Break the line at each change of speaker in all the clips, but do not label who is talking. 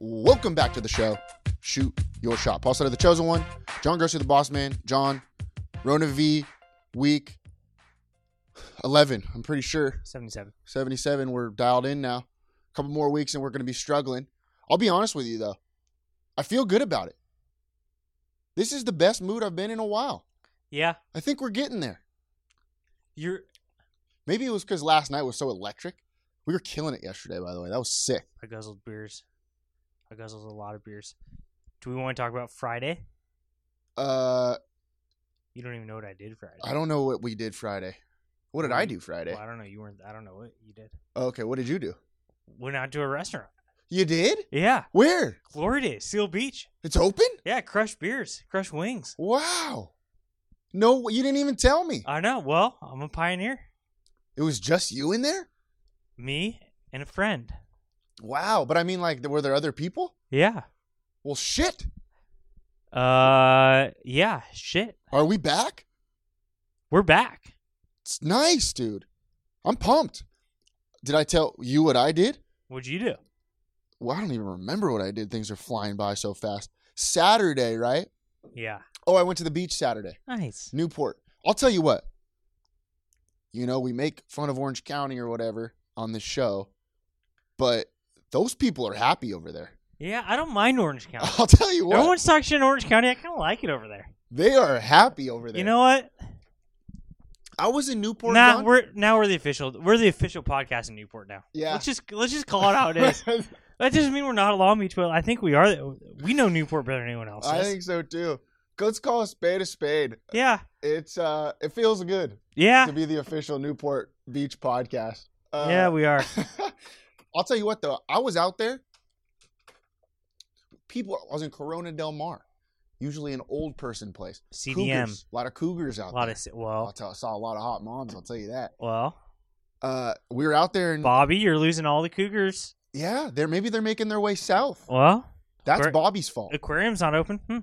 Welcome back to the show, Shoot Your Shot. Paul Sutter, the chosen one, John Grocer, the boss man, John, Rona V, week 11, I'm pretty sure.
77.
77, we're dialed in now. A couple more weeks and we're going to be struggling. I'll be honest with you, though. I feel good about it. This is the best mood I've been in a while.
Yeah.
I think we're getting there.
You're
Maybe it was because last night was so electric. We were killing it yesterday, by the way. That was sick.
I guzzled beers. I guzzled a lot of beers. Do we want to talk about Friday?
Uh,
You don't even know what I did Friday.
I don't know what we did Friday. What did I do Friday? Oh,
Well, I don't know. You weren't I don't know what you did.
Okay, what did you do?
Went out to a restaurant.
You did?
Yeah.
Where?
Glory Days, Seal Beach.
It's open?
Yeah, crushed beers, crushed wings.
Wow. No, you didn't even tell me.
I know. Well, I'm a pioneer.
It was just you in there?
Me and a friend.
Wow. But I mean, like, were there other people?
Yeah.
Well, shit.
Uh yeah, shit.
Are we back?
We're back.
It's nice, dude. I'm pumped. Did I tell you what I did?
What'd you do?
Well, I don't even remember what I did. Things are flying by so fast. Saturday, right?
Yeah.
Oh, I went to the beach Saturday,
Nice.
Newport. I'll tell you what. You know, we make fun of Orange County or whatever on this show, but those people are happy over there.
Yeah, I don't mind Orange County.
I'll tell you Oh, what.
Everyone's talking shit in Orange County. I kind of like it over there.
They are happy over there.
You know what?
I was in Newport.
Nah,
John.
we're now we're the official we're the official podcast in Newport now.
Yeah.
Let's just let's just call it how it is. that doesn't mean we're not a Long Beach, but I think we are. We know Newport better than anyone else.
I
does.
think so too. Let's call a spade a spade.
yeah,
It's uh, it feels good
yeah,
to be the official Newport Beach podcast. Uh,
yeah. We are.
I'll tell you what though, I was out there. People, I was in Corona Del Mar, usually an old person place.
CDM.
Cougars, a lot of cougars
A
out
lot
there.
of si- well,
I tell- I saw a lot of hot moms. I'll tell you that.
well,
Uh, we were out there, and
Bobby, you're losing all the Cougars.
yeah, they're maybe they're making their way south.
Well,
That's
Aquar-
Bobby's fault.
aquarium's not open. Hmm.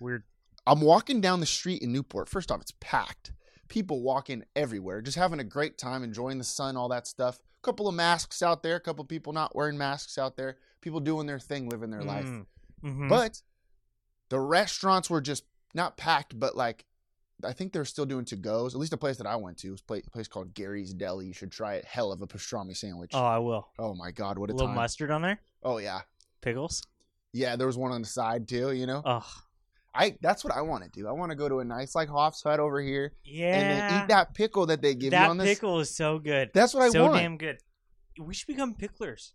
Weird.
I'm walking down the street in Newport. First off, it's packed. People walking everywhere, just having a great time, enjoying the sun, all that stuff. A couple of masks out there, a couple people not wearing masks out there, people doing their thing, living their life.
hmm
But the restaurants were just not packed, but like I think they're still doing to goes. At least the place that I went to was a pla- place called Gary's Deli. You should try it. Hell of a pastrami sandwich.
oh, I will.
Oh my god, what
A
a,
little
time!
mustard on there.
Oh yeah,
Pickles.
yeah. There was one on the side too. You know,
Ugh.
I that's what I want to do. I want to go to a nice like Hoff's Hut over here
Yeah.
and then eat that pickle that they give
That
you on this.
pickle is so good.
That's what I
so
want.
damn good. We should become picklers.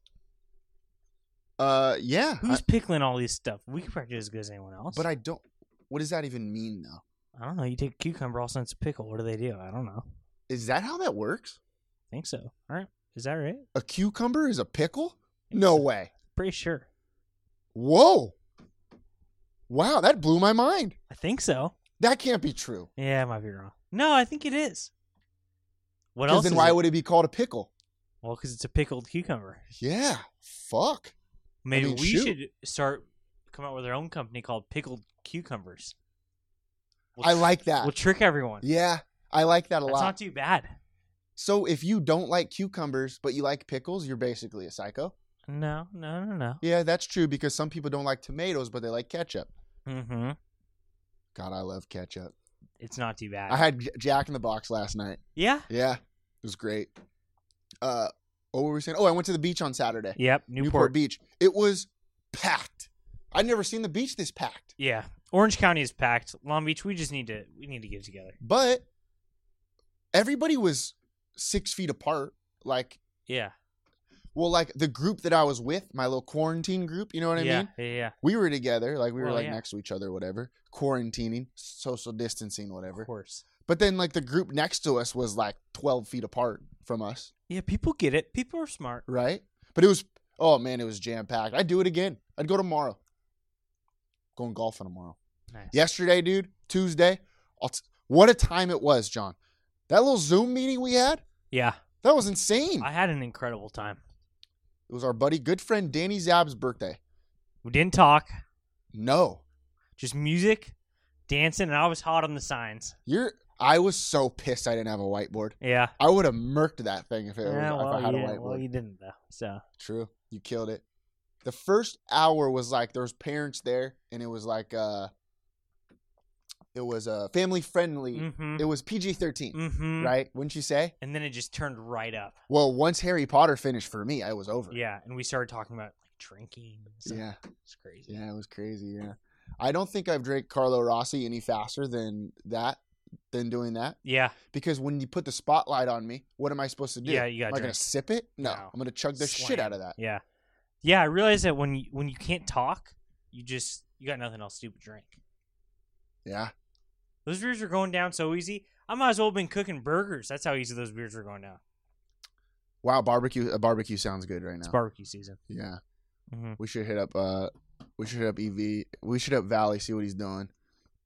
uh, yeah.
Who's
I-
pickling all these stuff? We could probably do as good as anyone else.
but I don't. What does that even mean though?
I don't know. You take a cucumber, also it's a pickle. What do they do? I don't know. I
Is that how that works?
think so. All right. Is that right?
A cucumber is a pickle? No way.
Pretty sure.
Whoa. Wow, that blew my mind.
I think so.
That can't be true.
Yeah, I might be wrong. No, I think it is. What
Because
else?
then
is
why
it?
would it be called a pickle?
Well, because it's a pickled cucumber.
Yeah. Fuck.
Maybe
mean,
we
shoot.
should start come out with our own company called Pickled Cucumbers. We'll
I
tr-
like that.
We'll trick everyone.
Yeah, I like that a
That's
lot.
not too bad.
so if you don't like cucumbers but you like pickles, you're basically a psycho.
No, no, no, no.
Yeah, that's true because some people don't like tomatoes but they like ketchup.
Mm-hmm.
God, I love ketchup.
It's not too bad.
I had J- Jack in the Box last night.
yeah.
Yeah, it was great. Uh, Oh, what were we saying? Oh, I went to the beach on Saturday.
Yep,
Newport,
Newport.
Beach. It was packed. I'd never seen the beach this packed.
yeah, Orange County is packed. Long Beach, we just need to we need to get it together.
But everybody was six feet apart. Like,
Yeah,
well, like the group that I was with, my little quarantine group. You know what I
yeah,
mean?
yeah, yeah.
We were together, like we were
Well,
like
yeah.
next to each other, whatever. Quarantining, social distancing, whatever.
Of course.
But then, like the group next to us was like twelve feet apart from us,
Yeah, people get it. People are smart.
right? But it was, oh man, it was jam packed. I'd do it again. I'd go tomorrow. Going golfing tomorrow.
Nice.
yesterday, dude, Tuesday. I'll t- what a time it was, John. That little Zoom meeting we had,
Yeah,
that was insane.
I had an incredible time.
it was our buddy, good friend Danny Zab's birthday.
We didn't talk,
No,
just music, dancing, and I was hot on the signs.
you're. I was so pissed I didn't have a whiteboard.
Yeah.
I would have murked that thing if, it was,
yeah,
if
well,
I had
yeah,
a whiteboard.
well, you didn't though. So
True, you killed it. The first hour was like there was parents there, and it was like uh, it was uh, family friendly.
hmm
It was PG 13
hmm
right? Wouldn't you say?
And then it just turned right up.
Well, once Harry Potter finished for me, I was over.
Yeah, and we started talking about like drinking. and stuff.
yeah.
it's crazy.
Yeah, it was crazy. Yeah, I don't think I've drank Carlo Rossi any faster than that, than doing that.
Yeah,
Because when you put the spotlight on me, what am I supposed to do?
Yeah, you gotta
Am I gonna
drink.
sip it? No,
No.
I'm gonna chug the shit
Slam.
out of that.
yeah, yeah. I realized that when you, when you can't talk, you just you got nothing else to do but drink.
Yeah,
Those beers were going down so easy. I might as well have been cooking burgers. That's how easy those beers were going down.
wow, barbecue. A barbecue sounds good right now.
It's barbecue season.
yeah,
Mhm.
we should hit up. uh We should hit up Ev. We should hit up Valley. See what he's doing.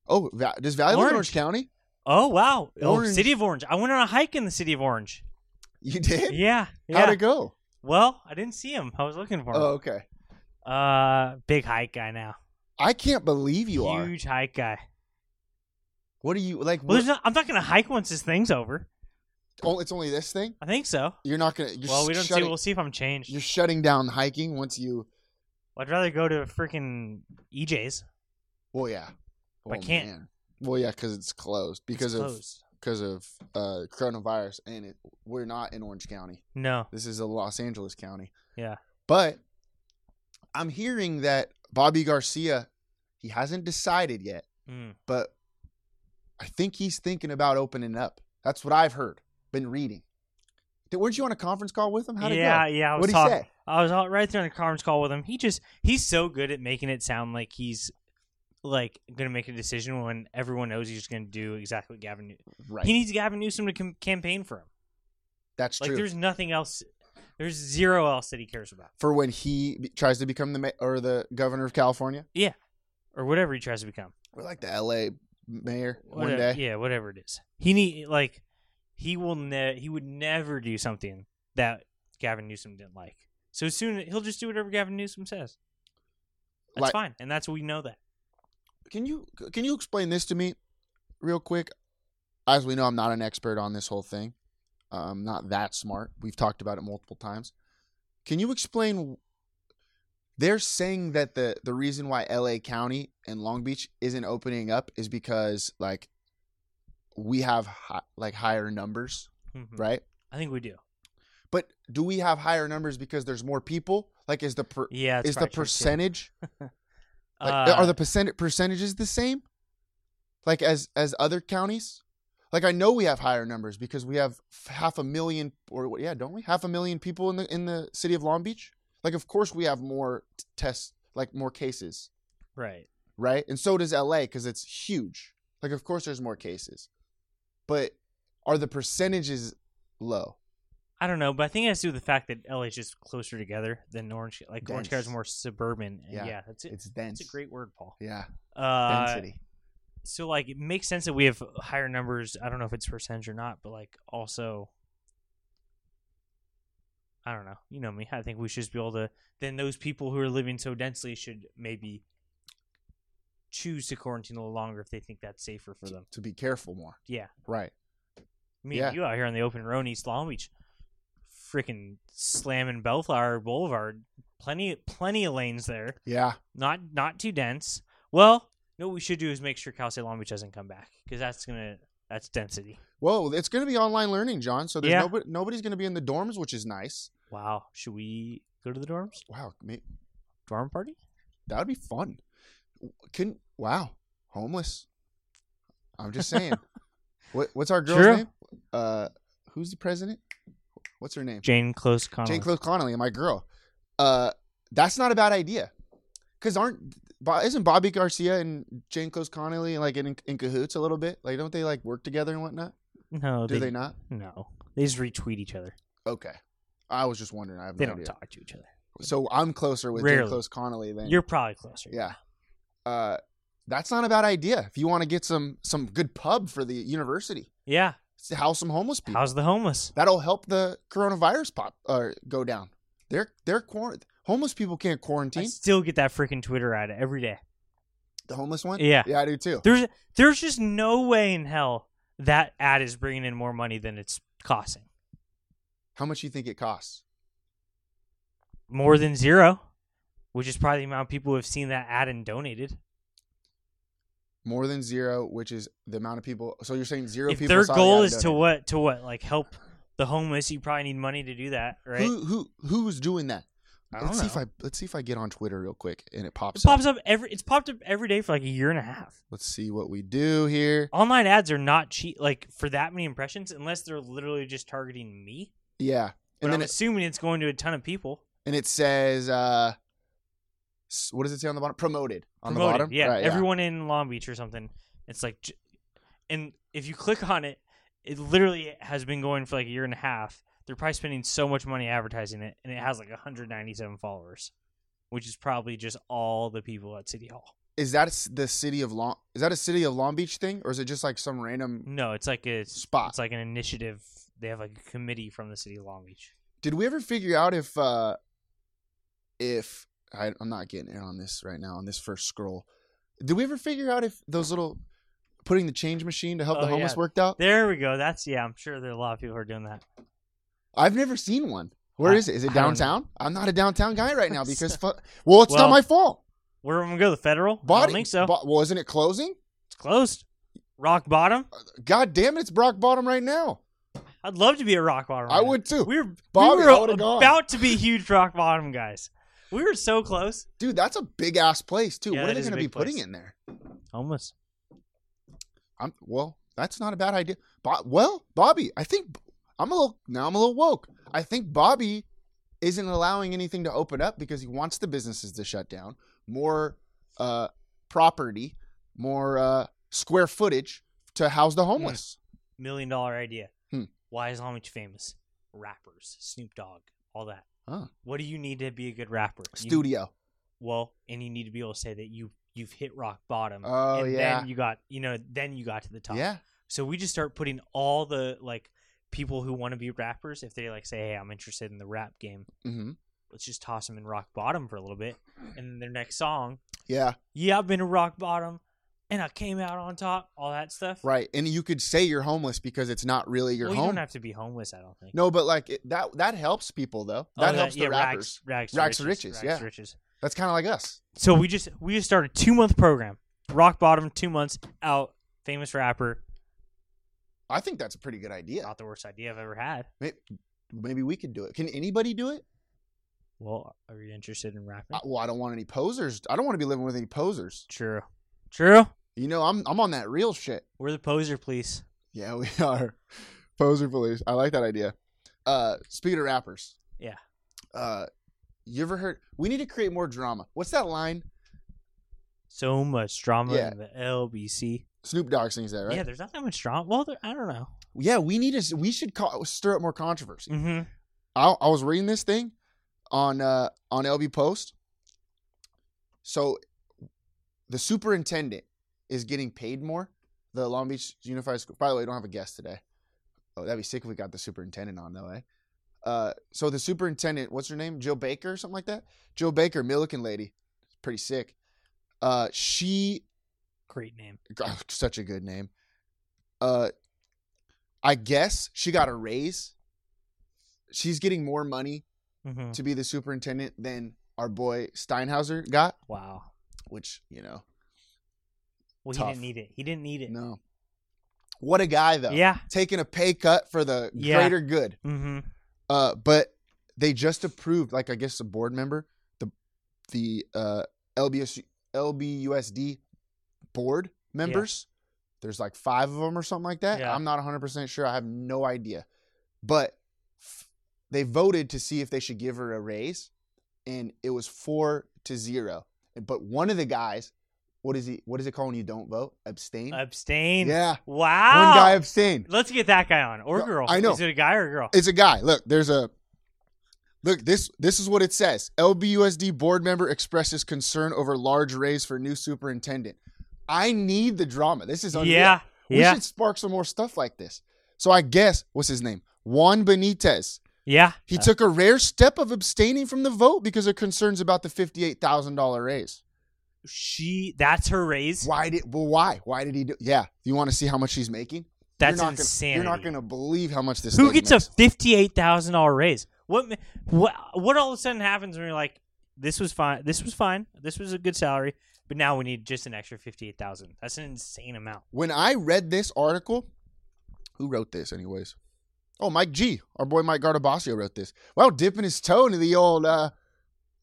Oh, Va- does Valley live in
Orange.
Orange County?
Oh wow! Oh,
Orange.
city of Orange. I went on a hike in the city of Orange.
You did?
Yeah, yeah.
How'd it go?
well, I didn't see him. I was looking for him.
Oh, okay.
Uh, big hike guy now.
I can't believe you are.
Huge hike guy.
What are you like?
Well,
What,
there's not, I'm not gonna hike once this thing's over.
oh, it's only this thing.
I think so.
You're not gonna. You're
well, we don't see.
shutting-
We'll see if I'm changed.
You're shutting down hiking once you.
I'd rather go to freaking E EJ's.
Well, yeah.
But
Oh,
can't.
man. Well, yeah, because it's closed because
it's
of
closed.
because of uh, coronavirus, and it, we're not in Orange County.
no.
This is a Los Angeles County.
Yeah.
But I'm hearing that Bobby Garcia, he hasn't decided yet,
Mm.
but I think he's thinking about opening up. That's what I've heard. Been reading. Did, weren't you on a conference call with him? How'd
yeah,
it
yeah. I
go?
was
What'd he
talking.
say?
I was all right there on the conference call with him. He just he's so good at making it sound like he's like going to make a decision when everyone knows he's just going to do exactly what Gavin. New-
Right.
He needs Gavin Newsom to com- campaign for him.
That's
Like
true.
there's nothing else. There's zero else that he cares about,
For when he be- tries to become the ma- or the governor of California.
or whatever he tries to become.
We're like the LA mayor one
Whatever-
day.
yeah, whatever it is. He need like he will ne- he would never do something that Gavin Newsom didn't like. So soon he'll just do whatever Gavin Newsom says. That's
Like-
fine, and that's we know that.
Can you can you explain this to me real quick? As we know, I'm not an expert on this whole thing. I'm not that smart. We've talked about it multiple times. Can you explain? They're saying that the the reason why LA County and Long Beach isn't opening up is because like we have hi, like higher numbers,
Mhm.
right?
I think we do.
But do we have higher numbers because there's more people? Like, is the per,
Yeah, that's
is the
probably true, too.
percentage Like,
Uh,
are the percent percentages the same? Like as as other counties? Like I know we have higher numbers because we have f- half a million or what- yeah, don't we? Half a million people in the in the city of Long Beach? Like of course we have more t- tests, like more cases,
right?
right? And so does LA cuz it's huge. Like of course there's more cases. But are the percentages low?
I don't know, but I think it has to do with the fact that LA is just closer together than Orange. Like Orange County is
Dense.
more suburban. And
Yeah,
yeah. that's it.
It's dense.
That's a great word, Paul.
yeah,
Uh,
density.
So like it makes sense that we have higher numbers. I don't know if it's percentage or not, but like also, I don't know. You know me. I think we should just be able to. Then those people who are living so densely should maybe choose to quarantine a little longer if they think that's safer for them.
to be careful more.
Yeah.
Right.
Me and
Yeah.
you out here on the open road in East Long Beach, freaking slamming Bellflower Boulevard. Plenty, plenty of lanes there.
Yeah.
Not, not too dense. Well, no, what we should do is make sure Cal State Long Beach doesn't come back because that's gonna that's density.
Well, it's going to be online learning, John. So there's
Yeah.
nobody, nobody's going to be in the dorms, which is nice.
Wow. Should we go to the dorms?
Wow, ma-
Dorm party?
that would be fun. Can wow, homeless. I'm just saying. what what's our girl's
True.
name? Uh, who's the president? What's her name?
Jane Close Connolly.
Jane Close Connolly, my girl. Uh, that's not a bad idea. Cause aren't Bo- isn't Bobby Garcia and Jane Close Connolly like in, in cahoots a little bit? Like, don't they like work together and whatnot?
No,
Do they not?
No, they just retweet each other.
Okay, I was just wondering. I have
They
no
don't
idea.
talk to each other.
So I'm closer with Jane
Rarely.
Close Connolly than
You're probably closer.
Yeah. Uh, that's not a bad idea. If you want to get some some good pub for the university,
Yeah.
s- house some homeless people.
How's the homeless?
That'll help the coronavirus pop or go down. They're they're quar- homeless people can't
I
quarantine.
still get that freaking Twitter ad every day.
the homeless one.
Yeah.
yeah, I do too.
There's there's just no way in hell that ad is bringing in more money than it's costing.
How much you think it costs?
More than zero, which is probably the amount of people who have seen that ad and donated.
More than zero, which is the amount of people. So you're saying zero
if
people.
their
saw the
goal
ad
is
and
to
donated.
what to what like help the homeless, you probably need money to do that, right?
Who who who's doing that?
I don't
let's see if
know.
I let's see if I get on Twitter real quick and it
It
pops, up.
pops up every. It's popped up every day for like a year and a half.
Let's see what we do here.
online ads are not cheap like for that many impressions unless they're literally just targeting me
Yeah,
but i'm
and then it
assuming it's going to a ton of people
and it says uh s- what does it say on the bottom promoted on
Promoted,
the bottom
yeah
Right,
everyone in long beach or something it's like j- and if you click on it it literally has been going for like a year and a half they're probably spending so much money advertising it and it has like 197 followers which is probably just all the people at city hall
is that s- the city of long is that a city of long beach thing or is it just like some random
no it's like a
Spot.
Mm, it's like an initiative they have like a committee from the city of long beach
did we ever figure out if uh if I, i'm not getting in on this right now on this first scroll did we ever figure out if those little putting the change machine to help the
Oh,
homeless
yeah.
worked out
there we go that's yeah i'm sure there are a lot of people who are doing that
i've never seen one Where
I-
is it is
I don't
it
know.
downtown i'm not a downtown guy right now because fu- well it's
Well,
not my fault
Where am I gonna go? The federal? I
body
don't think so.
bo- well isn't it closing
it's closed. Rock bottom.
god damn it it's brock bottom right now
I'd love to be a rock bottom.
I
right now.
would too.
We were,
Bobby,
we were
I would've gone.
about to be huge rock bottom guys. We were so close.
Dude, that's a big ass place too.
Yeah,
what are
that
they
is a
going to be
big place.
putting in there?
Homeless.
I'm well. That's not a bad idea. Bo- well, Bobby, I think I'm a little now. I'm a little woke. I think Bobby isn't allowing anything to open up because he wants the businesses to shut down. More uh, property, more uh, square footage to house the homeless.
Million dollar idea.
Hmm.
Why is Long Beach famous? Rappers, Snoop Dogg, all that.
Huh.
What do you need to be a good rapper? You-
Studio.
well, and you need to be able to say that you you've hit rock bottom.
Oh,
and
yeah.
Then you got you know then you got to the top.
Yeah.
So we just start putting all the like people who want to be rappers, if they like say, "Hey, I'm interested in the rap game,"
hmm
let's just toss them in rock bottom for a little bit, and then their next song,
Yeah.
"Yeah, I've been in rock bottom, and I came out on top," all that stuff.
Right. And you could say you're homeless because it's not really your
well, you
home.
don't have to be homeless, I don't think.
no, but like it, that that helps people though.
Oh,
That helps the
yeah,
rappers.
Rags, rags,
Rags to
to
riches,
rags
yeah.
to riches.
That's kind of like us.
So we just we just started a two month program, rock bottom, two months out, famous rapper.
I think that's a pretty good idea.
Not the worst idea I've ever had.
May- Maybe we could do it. Can anybody do it?
Well, are you interested in rapping?
I, well, I don't want any posers. I don't want to be living with any posers.
True, true.
You know, I'm I'm on that real shit.
We're the poser police.
Yeah, we are poser police. I like that idea. Uh, speaking of rappers,
Yeah.
Uh, you ever heard? We need to create more drama. What's that line?
So much drama
Yeah.
in the LBC.
Snoop Dogg sings that, right?
Yeah, there's not that much drama. Well, there, I don't know.
Yeah, we need to. We should call, stir up more controversy.
Mm-hmm.
I, I was reading this thing on uh, on LB Post. So the superintendent is getting paid more. The Long Beach Unified School. By the way, we don't have a guest today. Oh, that'd be sick if we got the superintendent on though, eh? Uh, so the superintendent, what's her name? Jill Baker or something like that. Jill Baker, Milliken lady, pretty sick. Uh, she
Great name.
such a good name. Uh, I guess she got a raise. She's getting more money
Mm-hmm.
to be the superintendent than our boy Steinhauser got,
Wow.
which, you know,
Well,
Tough.
he didn't need it. He didn't need it.
no. What a guy, though.
Yeah.
Taking a pay cut for the
Yeah.
greater good.
Mm-hmm.
Uh, but they just approved, like I guess a board member, the the uh, LBS LBUSD board members. There's like five of them or something like that.
Yeah.
I'm not 100 percent sure. I have no idea, but f- they voted to see if they should give her a raise, and it was four to zero. But one of the guys, what is he? What is it called when you don't vote? Abstain.
Abstain.
Yeah.
Wow.
One guy abstained.
Let's get that guy on or
No,
girl.
I know.
Is it a guy or a girl?
It's a guy. Look, there's a look. This this is what it says. LBUSD board member expresses concern over large raise for new superintendent. I need the drama. This is unreal.
yeah.
We
yeah.
should spark some more stuff like this. So I guess what's his name? Juan Benitez.
yeah.
He took a rare step of abstaining from the vote because of concerns about the fifty-eight thousand dollar raise.
She. That's her raise.
Why did? Well, why? Why did he do? Yeah. You want to see how much he's making?
That's
you're not
insanity.
Gonna, you're not going to believe how much this.
Who
lady
gets
makes.
a fifty-eight thousand dollar raise? What? ma- What? What all of a sudden happens when you're like, this was fine. This was fine. This was a good salary, but now we need just an extra fifty-eight thousand. That's an insane amount.
when I read this article, who wrote this, anyways? Oh, Mike G, our boy Mike Gardabasio wrote this. Well, dipping his toe into the old, uh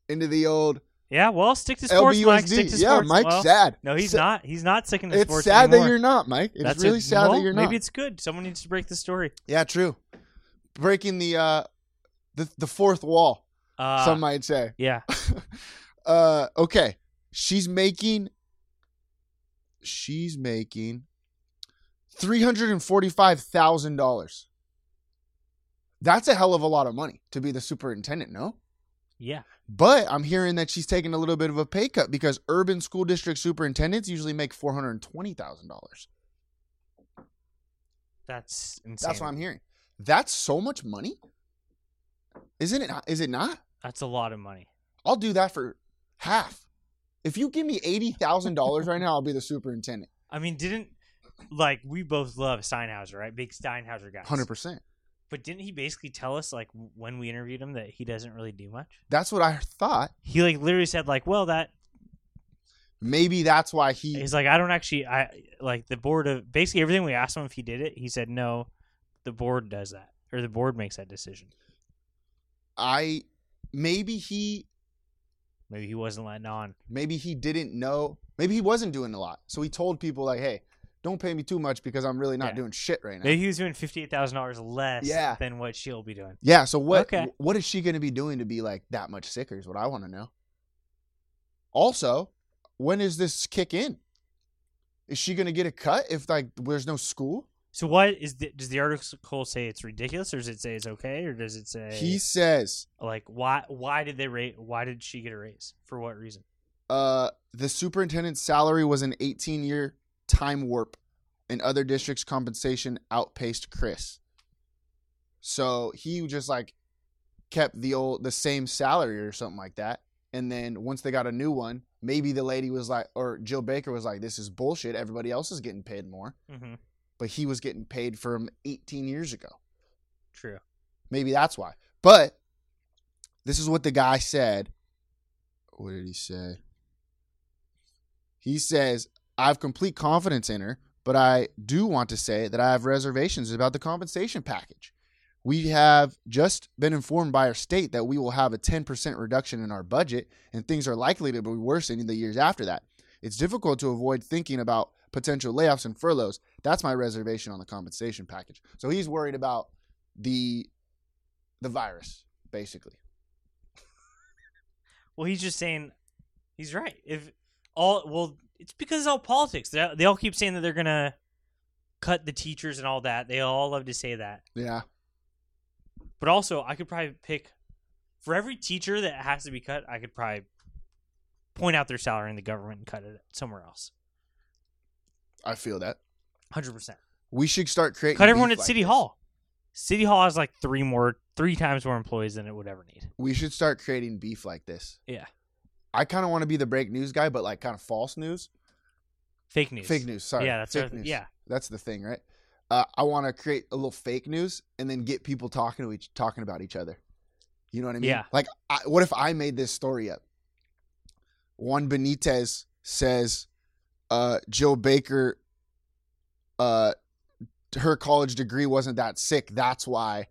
into the old
Yeah. Well, stick to sports, Mike. Stick
LBUSD.
to
Yeah,
sports.
Mike's
Well,
sad.
No, he's
Sa-
not. He's not sticking to
It's
sports
sad
anymore.
that you're not, Mike. It's
That's
really
a-
sad
well,
that you're not.
Maybe it's good. Someone needs to break the story.
yeah, true. Breaking the uh the the fourth wall,
Uh,
some might say.
yeah.
Uh, okay. She's making. She's making. Three hundred and forty-five thousand dollars. That's a hell of a lot of money to be the superintendent, no?
Yeah.
But I'm hearing that she's taking a little bit of a pay cut because urban school district superintendents usually make four hundred and twenty thousand dollars.
That's insane.
That's what I'm hearing. That's so much money, isn't it? Is it not?
That's a lot of money.
I'll do that for half. If you give me eighty thousand dollars right now, I'll be the superintendent.
I mean, didn't like we both love Steinhauser, right? Big Steinhauser guys.
Hundred percent.
But didn't he basically tell us like when we interviewed him that he doesn't really do much?
That's what I thought.
He like literally said like, well, that
Maybe that's why he.
he's like, I don't actually, I like the board of basically everything we asked him if he did it. He said no, the board does that or the board makes that decision.
I maybe he
Maybe he wasn't letting on.
maybe he didn't know. Maybe he wasn't doing a lot, so he told people like, "Hey, don't pay me too much because I'm really not
Yeah.
doing shit right now."
Maybe he was doing fifty eight thousand dollars less
Yeah.
than what she'll be doing.
yeah. So what?
Okay.
What is she going to be doing to be like that much sicker? Is what I want to know. Also, when is this kick in? Is she going to get a cut if like there's no school?
So what is the, does the article say? It's ridiculous, or does it say it's okay, or does it say
He says
like why why did they rate why did she get a raise for what reason
uh, the superintendent's salary was an 18 year time warp, and other districts' compensation outpaced Chris. So he just like kept the old the same salary or something like that. And then once they got a new one, maybe the lady was like, or Jill Baker was like, "This is bullshit. Everybody else is getting paid more,
mm-hmm.
but he was getting paid from 18 years ago."
true
Maybe that's why. But this is what the guy said. What did he say? He says, I have complete confidence in her, but I do want to say that I have reservations about the compensation package. We have just been informed by our state that we will have a 10% reduction in our budget, and things are likely to be worse in the years after that. It's difficult to avoid thinking about potential layoffs and furloughs. That's my reservation on the compensation package. So he's worried about the the virus, basically.
well he's just saying he's right if all well it's because it's all politics they, they all keep saying that they're gonna cut the teachers and all that they all love to say that
Yeah.
but also i could probably pick for every teacher that has to be cut i could probably point out their salary in the government and cut it somewhere else
I feel that.
100%
We should start creating.
cut everyone
beef
at
like
city
this.
hall city hall has like three more three times more employees than it would ever need
We should start creating beef like this.
yeah
I kind of want to be the break news guy, but like kind of false news.
fake news
Fake news. Sorry.
Yeah, that's
fake
our-
news.
yeah.
That's the thing, right? Uh, I want to create a little fake news and then get people talking to each talking about each other. You know what I mean?
Yeah.
Like, I, what if I made this story up? Juan Benitez says, uh, Jill Baker, uh, her college degree wasn't that sick. That's why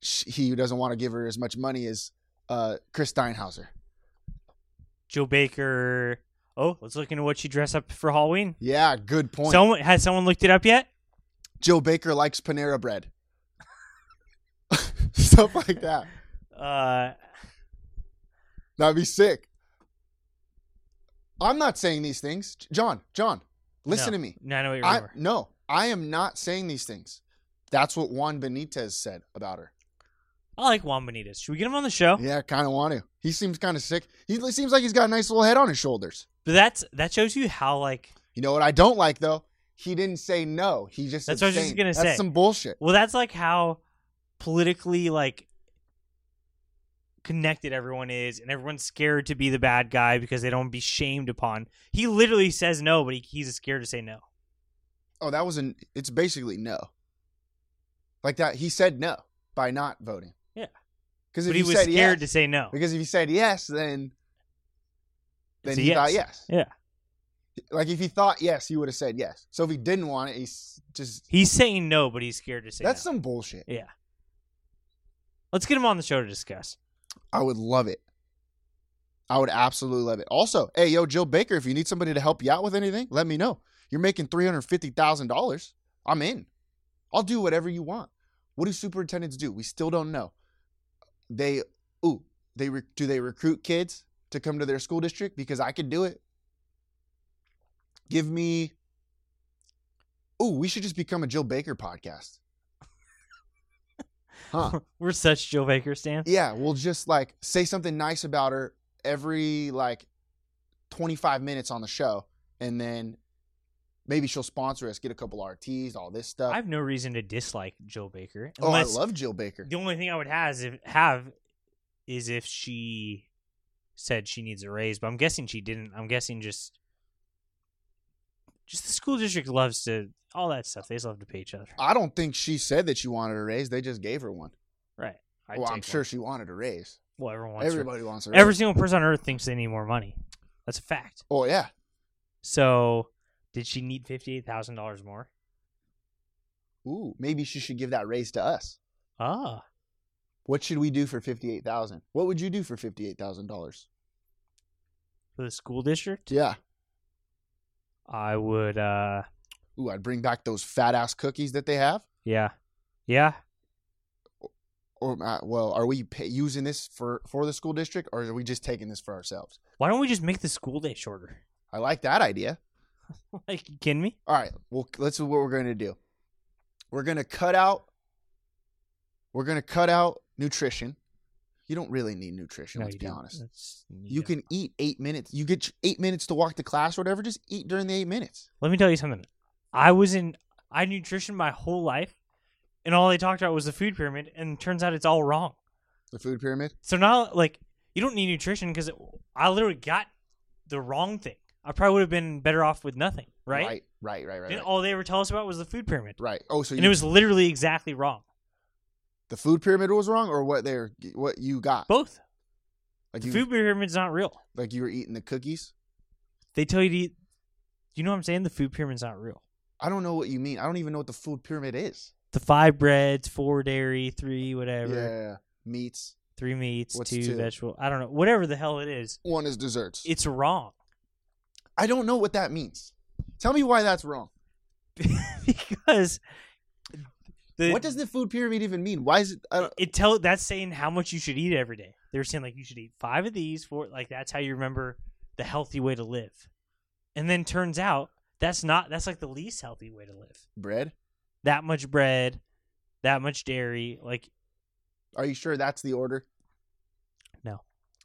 sh- he doesn't want to give her as much money as uh, Chris Steinhauser.
Joe Baker. Oh, let's look into what she dressed up for Halloween.
Yeah, good point.
Someone has someone looked it up yet?
Joe Baker likes Panera bread. Stuff like that.
Uh,
That'd be sick. I'm not saying these things. J- John, John, listen
no.
to me.
908
I,
rumor.
no, I am not saying these things. That's what Juan Benitez said about her.
I like Juan Benitez. Should we get him on the show?
Yeah, I kind of want to. He seems kind of sick. He he seems like he's got a nice little head on his shoulders.
But that's that shows you how like
You know what I don't like though? He didn't say no. He just
That's what I was just
abstained.
gonna
That's
say.
some bullshit.
well that's like how politically like connected everyone is and everyone's scared to be the bad guy because they don't be shamed upon. He literally says no, but he, he's scared to say no.
Oh, that was an. It's basically no. Like that, he said no by not voting.
Yeah.
because if
But he
he
was
said
scared to
yes,
say no.
because if he said yes, then then
It's a
he thought yes.
Yeah.
Like if he thought yes, he would have said yes. So if he didn't want it, he's just
He's saying no, but he's scared to say
that's
no.
some bullshit.
yeah. Let's get him on the show to discuss.
I would love it. I would absolutely love it. Also, hey, yo, Jill Baker, if you need somebody to help you out with anything, let me know. You're making three hundred fifty thousand dollars. I'm in. I'll do whatever you want. What do superintendents do? We still don't know. They, ooh, they re- do they recruit kids to come to their school district because I could do it. Give me. Ooh, we should just become a Jill Baker podcast. Huh.
We're such Joe Baker stands.
Yeah, we'll just like say something nice about her every like 25 minutes on the show, and then maybe she'll sponsor us, get a couple RTs, all this stuff.
I have no reason to dislike Joe Baker.
oh, I
unless-
love Jill Baker.
The only thing I would has if, have is if she said she needs a raise, but I'm guessing she didn't. I'm guessing just just the school district loves to all that stuff. They just love to pay each other.
I don't think she said that she wanted a raise. They just gave her one.
Right. I'd
well, I'm
take
sure
one.
she wanted a raise.
Well, everyone wants
Everybody wants a
her.
raise.
Every single person on earth thinks they need more money. That's a fact.
oh yeah,
So, did she need fifty eight thousand dollars more?
ooh, maybe she should give that raise to us.
Ah,
What should we do for fifty-eight thousand? What would you do for fifty-eight thousand dollars?
for the school district,
Yeah.
I would. uh
Ooh, I'd bring back those fat ass cookies that they have.
Yeah, yeah.
or uh, well, are we pay, using this for for the school district, or are we just taking this for ourselves?
Why don't we just make the school day shorter?
I like that idea.
like, you kidding me?
All right, well, let's see what we're going to do. We're going to cut out. We're going to cut out nutrition. You don't really need nutrition. let's
you
be
don't.
honest.
That's-
You
don't.
can eat eight minutes. You get eight minutes to walk to class or whatever. Just eat during the eight minutes.
Let me tell you something. I was in I had nutrition my whole life, and all they talked about was the food pyramid, and turns out it's all wrong.
The food pyramid.
So now, like, you don't need nutrition because I literally got the wrong thing. I probably would have been better off with nothing, right?
Right. Right. Right. Right.
And
right.
all they ever tell us about was the food pyramid,
right. Oh, so
and it
you,
was literally exactly wrong.
the food pyramid was wrong, or what? They are what you got?
Both
Like
the
you,
food pyramid's not real.
like you were eating the cookies.
They tell you to eat. You know what I'm saying? The food pyramid's not real.
I don't know what you mean. I don't even know what the food pyramid is.
The five breads, four dairy, three whatever,
Yeah, meats.
three meats,
What's
two,
two?
vegetable. I don't know. Whatever the hell it is,
One is desserts.
it's wrong.
I don't know what that means. Tell me why that's wrong.
because the,
what does the food pyramid even mean? Why is it? I don't,
it tell that's saying how much you should eat every day. They were saying like you should eat five of these for like that's how you remember the healthy way to live. And then turns out that's not that's like the least healthy way to live.
bread?
That much bread, that much dairy, like
Are you sure that's the order?
No.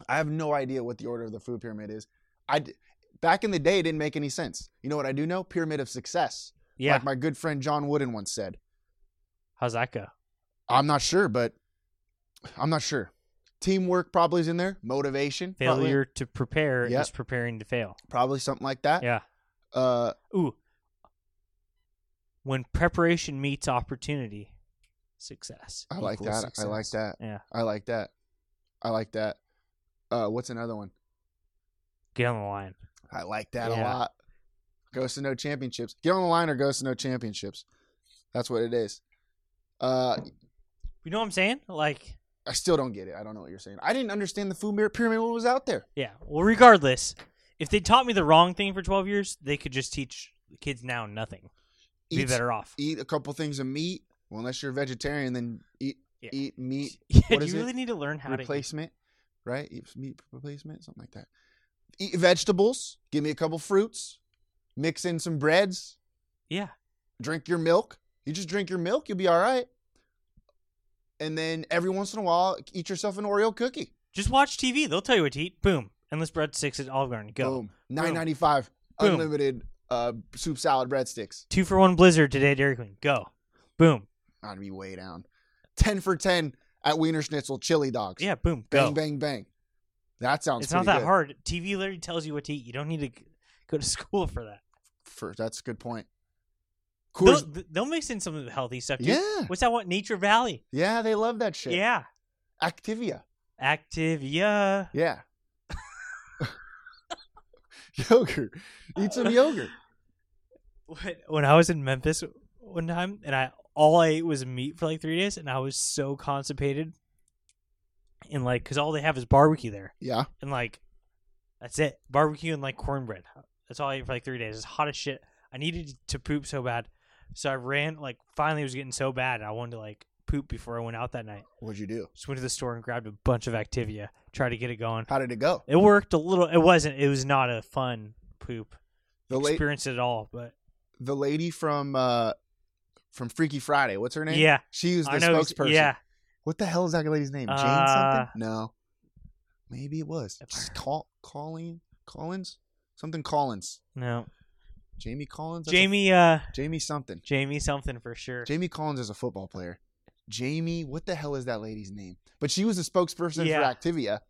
I have no idea what the order of the food pyramid is. I d- back in the day, it didn't make any sense. You know what I do know? Pyramid of success.
yeah.
Like my good friend John Wooden once said.
How's that go?
I'm not sure, but I'm not sure. Teamwork probably is in there. Motivation. probably-
Failure to prepare
Yep.
is preparing to fail.
Probably, something like that.
Yeah.
Uh,
Ooh. When preparation meets opportunity, success.
I like
equals
that. I like
success.
that.
Yeah.
I like that. I like that. Uh, what's another one?
Get on the line.
I like that
Yeah.
a lot. Ghost to no championships. Get on the line or ghost to no championships. That's what it is. Uh,
You know what I'm saying? Like,
I still don't get it. I don't know what you're saying. I didn't understand the food mir- pyramid when it was out there.
yeah. Well, regardless, if they taught me the wrong thing for 12 years, they could just teach kids now nothing. Be
Eat-
better off.
Eat a couple things of meat. Well, unless you're a vegetarian, then eat
Yeah.
eat meat
Yeah,
what
do
is
you
it?
really need to learn how
replacement, right? Eat meat replacement, something like that. Eat vegetables. Give me a couple fruits. Mix in some breads.
to. Yeah.
drink your milk. You just drink your milk, you'll be all right. And then every once in a while, eat yourself an Oreo cookie.
Just watch TV. They'll tell you what to eat. Boom. Endless breadsticks at Olive Garden. Go.
Boom. Nine ninety five.
Boom.
Unlimited uh, soup salad breadsticks.
Two for one Blizzard today at Dairy Queen. Go. Boom.
I'd be way down. Ten for ten at Wiener Schnitzel chili dogs.
Yeah, boom. Go.
Bang bang bang. That sounds.
it's not
pretty
that
good.
hard. TV literally tells you what to eat. You don't need to g- go to school for that.
For, that's a good point.
They'll,
Coors.
they'll mix in some healthy stuff. Dude.
Yeah.
What's that one? Nature Valley.
Yeah, they love that shit.
Yeah.
Activia.
Activia.
Yeah. yogurt. Eat some yogurt.
When, when I was in Memphis one time, and I all I ate was meat for like three days, and I was so constipated. And like, cause all they have is barbecue there,
Yeah.
and like, that's it. Barbecue and like cornbread. That's all I ate for like three days. It's hot as shit. I needed to poop so bad, so I ran. Like, finally, it was getting so bad, I wanted to like poop before I went out that night.
What'd you do?
Just went to the store and grabbed a bunch of Activia, tried to get it going.
How did it go?
It worked a little. It wasn't. It was not a fun poop
The late
experience at all. But
the lady from uh from Freaky Friday. What's her name?
Yeah.
she was the
I know. it's-
spokesperson.
Yeah,
What the hell is that lady's name? Jane
Uh,
something? No, maybe it was
If
Just call Colleen Collins something Collins.
no.
Jamie Collins. That's a-
Jamie. Uh,
Jamie something.
Jamie something for sure.
Jamie Collins is a football player. Jamie, what the hell is that lady's name? But she was the spokesperson
Yeah.
for Activia,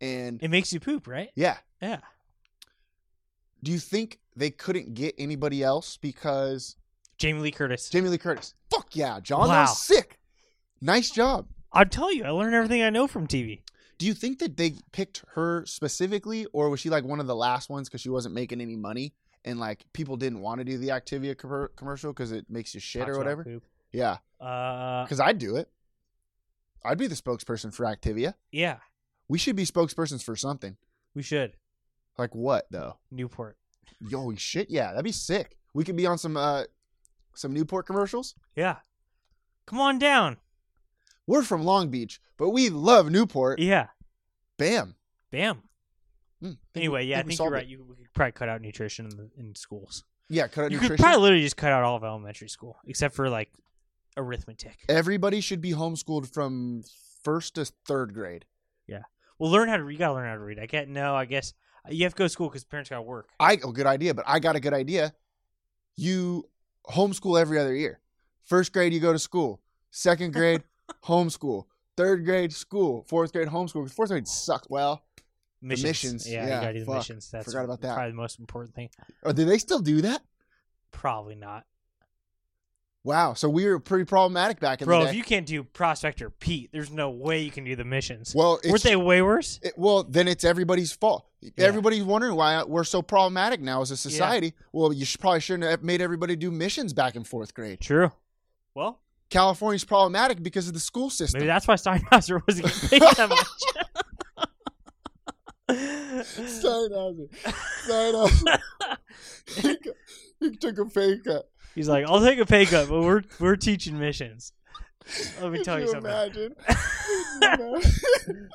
and
It makes you poop, right?
yeah,
Yeah.
do you think they couldn't get anybody else because
Jamie Lee Curtis.
Jamie Lee Curtis? Fuck yeah, John, that
Wow.
was sick. Nice job.
I'll tell you. I learned everything I know from TV.
Do you think that they picked her specifically, or was she like one of the last ones because she wasn't making any money and like people didn't want to do the Activia com- commercial because it makes you shit
Talks
or
about
whatever?
poop.
Yeah,
Uh,
because I'd do it. I'd be the spokesperson for Activia.
yeah.
We should be spokespersons for something.
We should
Like what though?
Newport.
Holy shit! Yeah, that'd be sick. We could be on some uh some Newport commercials.
Yeah. Come on down.
We're from Long Beach, but we love Newport.
Yeah.
Bam.
Bam.
Hmm, think we-
Anyway, yeah, I
we
think you're
solved it.
right. You we could probably cut out nutrition in, the, in schools.
Yeah, cut out
You
nutrition.
could probably literally just cut out all of elementary school, except for like
Eh.
arithmetic.
Everybody should be homeschooled from first to third grade.
Well, learn how to. You gotta learn how to read. I can't. No, I guess you have to go to school because parents gotta work.
I oh, good idea, but I got a good idea. You homeschool every other year. First grade, you go to school. Second grade, homeschool. Third grade, school. Fourth grade, homeschool. Fourth grade sucked. Well,
Missions.
missions.
Yeah,
Yeah,
you gotta do the
fuck.
missions. That's
Forgot about that.
Probably the most important thing.
or do Oh, they still do that?
Probably not,
Wow. So we were pretty problematic back in
bro.
the day.
If you can't do Prospector Pete, there's no way you can do the missions.
well, it's,
Weren't they way worse?
it- well, then it's everybody's fault. Everybody's wondering why we're so problematic now as a society. Well, you should, probably shouldn't have made everybody do missions back in fourth grade.
True. Well,
California's problematic because of the school system.
maybe that's why Steinhauser wasn't getting paid that much.
Steinhauser. Steinhauser. he, he took a pay cut.
He's like, I'll take a pay cut, but we're we're teaching missions. Let me
Could
tell you,
you
something.
imagine? that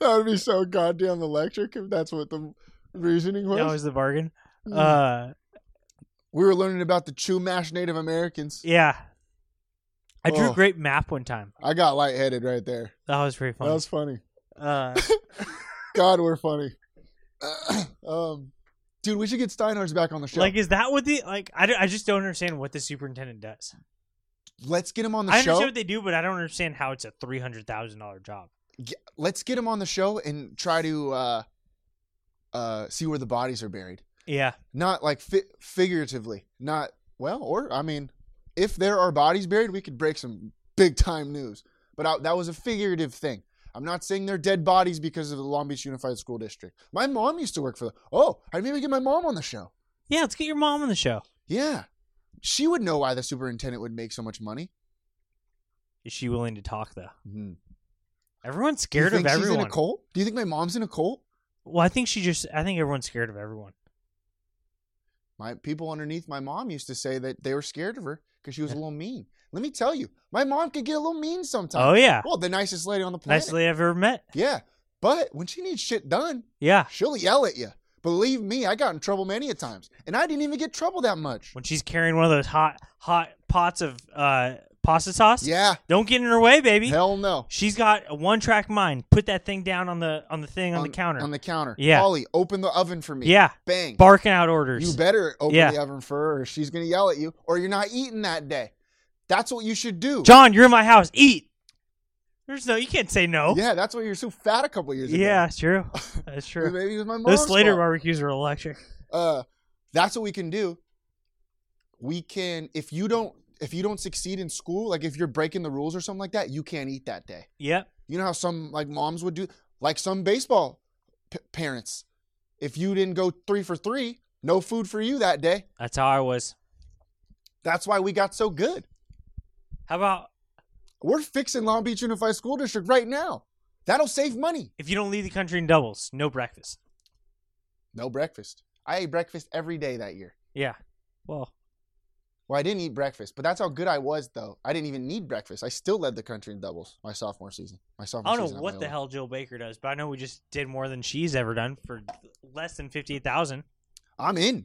would be so goddamn electric if that's what the reasoning was.
That was the bargain.
Hmm.
Uh,
we were learning about the Chumash Native Americans.
yeah. I drew
Oh.
a great map one time.
I got lightheaded right there.
That was pretty
That
fun.
was funny.
Uh,
God, we're funny. um, dude, we should get Steinhards back on the show.
like, is that what the like? I, don't- I just don't understand what the superintendent does.
Let's get him on the
I
show.
understand what they do, but I don't understand how it's a three hundred thousand dollar job.
G- Let's get him on the show and try to uh, uh, see where the bodies are buried.
Yeah,
not like fi- figuratively not well or i mean if there are bodies buried we could break some big time news but I, that was a figurative thing i'm not saying they're dead bodies because of the long beach unified school district my mom used to work for the oh i maybe get my mom on the show
yeah. Let's get your mom on the show.
yeah she would know why the superintendent would make so much money
Is she willing to talk though?
Mhm. Do
Everyone's
you
Mm-hmm. scared of
think
everyone.
She's in a cult? Do you think my mom's in a cult?
Well, I think she just. I think everyone's scared of everyone.
My people underneath my mom used to say that they were scared of her because she was a little mean. Let me tell you, my mom could get a little mean sometimes.
Oh yeah,
Well, the nicest lady on the planet.
nicest lady I've ever met.
Yeah, but when she needs shit done,
Yeah,
she'll yell at you. Believe me, I got in trouble many a times, and I didn't even get trouble that much.
when she's carrying one of those hot, hot pots of uh, pasta sauce.
Yeah,
Don't get in her way, baby.
hell no.
She's got a one-track mind. Put that thing down on the on the thing on, the counter.
On the counter.
Yeah.
Ollie, open the oven for me.
yeah,
Bang.
barking out orders.
You better open
Yeah.
the oven for her, or she's gonna yell at you, or you're not eating that day. That's what you should do.
John, you're in my house. Eat. There's no. You can't say no.
Yeah, that's why you're so fat a couple years ago.
Yeah, it's true. That's true.
Maybe it was my mom's
Those Slater
fault.
barbecues are electric.
uh, that's what we can do. We can if you don't if you don't succeed in school, like if you're breaking the rules or something like that, you can't eat that day.
Yep.
You know how some like moms would do, like some baseball p- parents. If you didn't go three for three, no food for you that day.
That's how I was.
That's why we got so good.
How about
We're fixing Long Beach Unified School District right now. That'll save money.
if you don't leave the country in doubles, no breakfast?
No breakfast. I ate breakfast every day that year.
Yeah. Well,
Well, I didn't eat breakfast, but that's how good I was, though. I didn't even need breakfast. I still led the country in doubles my sophomore season. My sophomore
I don't
season
know
at
what the
Loyola.
hell Jill Baker does, but I know we just did more than she's ever done for less than fifty eight thousand.
I'm in.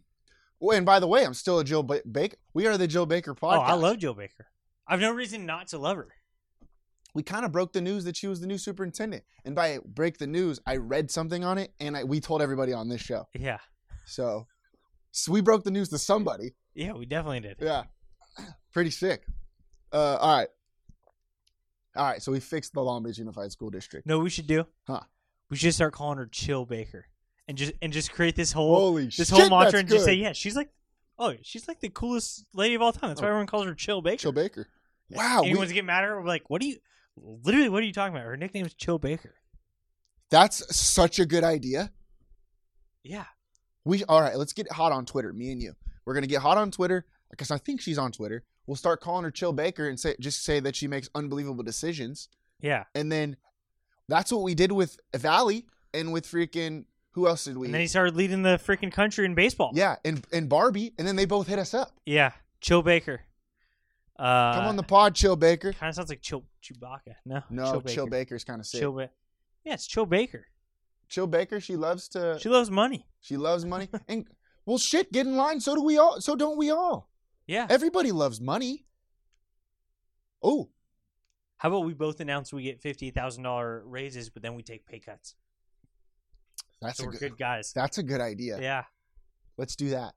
Well, and by the way, I'm still a Jill ba- Baker. We are the Jill Baker
Oh,
podcast.
I love Jill Baker. I've no reason not to love her.
We kind of broke the news that she was the new superintendent, and by break the news, I read something on it, and I, we told everybody on this show.
Yeah.
So, so we broke the news to somebody.
Yeah, we definitely did.
Yeah, pretty sick. Uh, all right, all right. So we fixed the Long Beach Unified School District.
No, we should do.
Huh.
We should start calling her Chill Baker, and just and just create this whole
Holy
this
shit,
whole mantra
that's
and just say,
good.
yeah, she's like, oh, she's like the coolest lady of all time. That's why everyone calls her Chill Baker.
Jill Baker. Oh. Wow, we-
Anyone's getting mad at her? We're like, what do you? Literally, what are you talking about? Her nickname is Chill Baker.
That's such a good idea.
Yeah.
We all right. Let's get hot on Twitter. Me and you. We're gonna get hot on Twitter because I think she's on Twitter. We'll start calling her Chill Baker and say just say that she makes unbelievable decisions,
Yeah.
and then that's what we did with Valley and with freaking who else did we?
And then he started leading the freaking country in baseball.
yeah, and and Barbie, and then they both hit us up.
Yeah. Chill Baker. Uh,
Come on the pod, Chill Baker.
Kind of sounds like Chill Chewbacca. No.
No, Chill, Baker's kind of sick.
Chill
Chill,
Baker. Yeah, it's Chill Baker.
Baker. She loves to.
She loves money.
she loves money. and well, shit, get in line. So do we all. So don't we all?
Yeah.
Everybody loves money. Oh,
How about we both announce we get fifty thousand dollar raises, but then we take pay cuts?
that's
So
a
we're
good,
good, guys.
that's a good idea.
Yeah.
Let's do that.